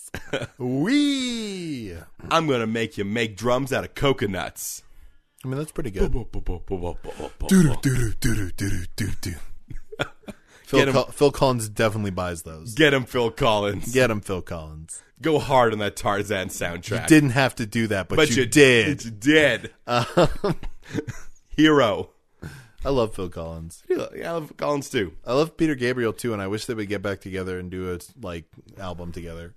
Speaker 2: Wee.
Speaker 1: I'm gonna make you make drums out of coconuts.
Speaker 2: I mean, that's pretty good.
Speaker 1: Dude, Get
Speaker 2: Phil,
Speaker 1: 'em.
Speaker 2: Col- Phil Collins definitely buys those.
Speaker 1: get him, Phil Collins.
Speaker 2: Get him, Phil Collins.
Speaker 1: Go hard on that Tarzan soundtrack.
Speaker 2: Didn't have to do that, but,
Speaker 1: but
Speaker 2: you,
Speaker 1: you,
Speaker 2: did.
Speaker 1: You did. Um, Hero.
Speaker 2: I love Phil Collins.
Speaker 1: Yeah, I love Collins too.
Speaker 2: I love Peter Gabriel too, and I wish they would get back together and do a like album together.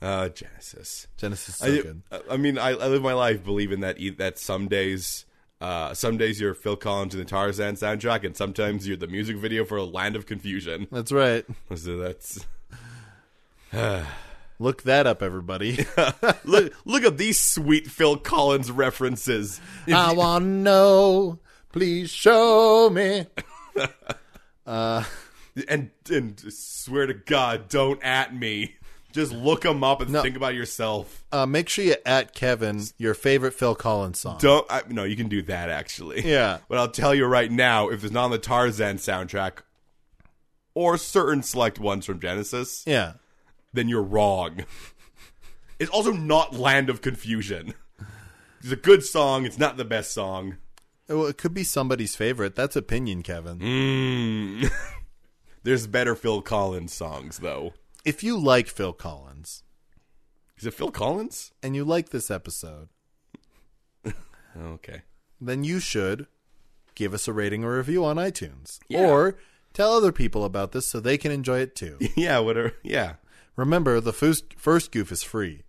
Speaker 1: Uh, Genesis.
Speaker 2: Genesis is so
Speaker 1: I,
Speaker 2: good.
Speaker 1: I mean, I, I live my life believing that e- that some days, uh, some days you're Phil Collins in the Tarzan soundtrack, and sometimes you're the music video for Land of Confusion.
Speaker 2: That's right.
Speaker 1: So that's
Speaker 2: Look that up, everybody.
Speaker 1: look look at these sweet Phil Collins references.
Speaker 2: I want to know. Please show me.
Speaker 1: and and swear to God, don't at me. Just look them up and think about it yourself.
Speaker 2: Uh, make sure you at Kevin your favorite Phil Collins song.
Speaker 1: Don't I, no, you can do that actually.
Speaker 2: Yeah.
Speaker 1: But I'll tell you right now, if it's not on the Tarzan soundtrack or certain select ones from Genesis,
Speaker 2: Yeah.
Speaker 1: then you're wrong. It's also not Land of Confusion. It's a good song. It's not the best song.
Speaker 2: Well, it could be somebody's favorite. That's opinion, Kevin.
Speaker 1: Mm. There's better Phil Collins songs though.
Speaker 2: If you like Phil Collins
Speaker 1: Is it Phil Collins?
Speaker 2: and you like this episode,
Speaker 1: Okay.
Speaker 2: then you should give us a rating or review on iTunes
Speaker 1: Yeah.
Speaker 2: or tell other people about this so they can enjoy it too.
Speaker 1: Yeah. Whatever. Yeah.
Speaker 2: Remember, the first, first goof is free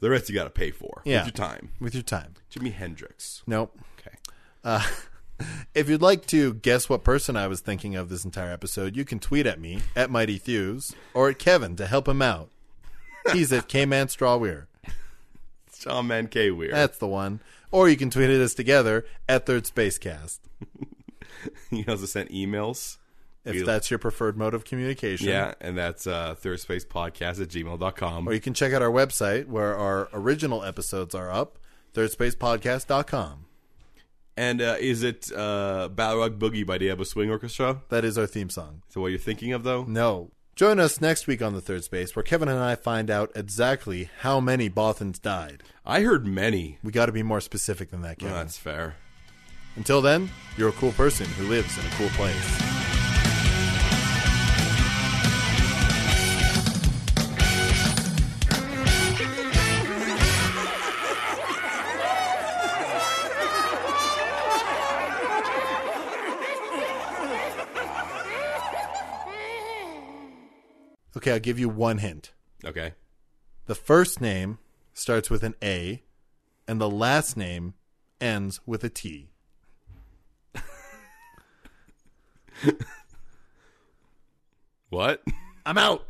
Speaker 1: The rest you got to pay for.
Speaker 2: Yeah.
Speaker 1: With your time.
Speaker 2: with your time.
Speaker 1: Jimi Hendrix.
Speaker 2: Nope.
Speaker 1: Okay.
Speaker 2: Uh, if you'd like to guess what person I was thinking of this entire episode, you can tweet at me at Mighty Thews or at Kevin to help him out. He's at K-Man Strawweir.
Speaker 1: Shawn Man K. Weir.
Speaker 2: That's the one. Or you can tweet at us together at Third Spacecast.
Speaker 1: he also sent emails.
Speaker 2: if
Speaker 1: We-
Speaker 2: that's your preferred mode of communication.
Speaker 1: Yeah, and that's uh, thirdspacepodcast at gmail.com.
Speaker 2: Or you can check out our website where our original episodes are up, thirdspacepodcast.com.
Speaker 1: And uh, is it uh, Balrog Boogie by Diablo Swing Orchestra?
Speaker 2: That is our theme song.
Speaker 1: Is that what you're thinking of, though?
Speaker 2: No. Join us next week on The Third Space where Kevin and I find out exactly how many Bothans died.
Speaker 1: I heard many.
Speaker 2: We got to be more specific than that, Kevin.
Speaker 1: That's fair.
Speaker 2: Until then, you're a cool person who lives in a cool place. Okay, I'll give you one hint.
Speaker 1: Okay.
Speaker 2: The first name starts with an A, and the last name ends with a T.
Speaker 1: What?
Speaker 2: I'm out.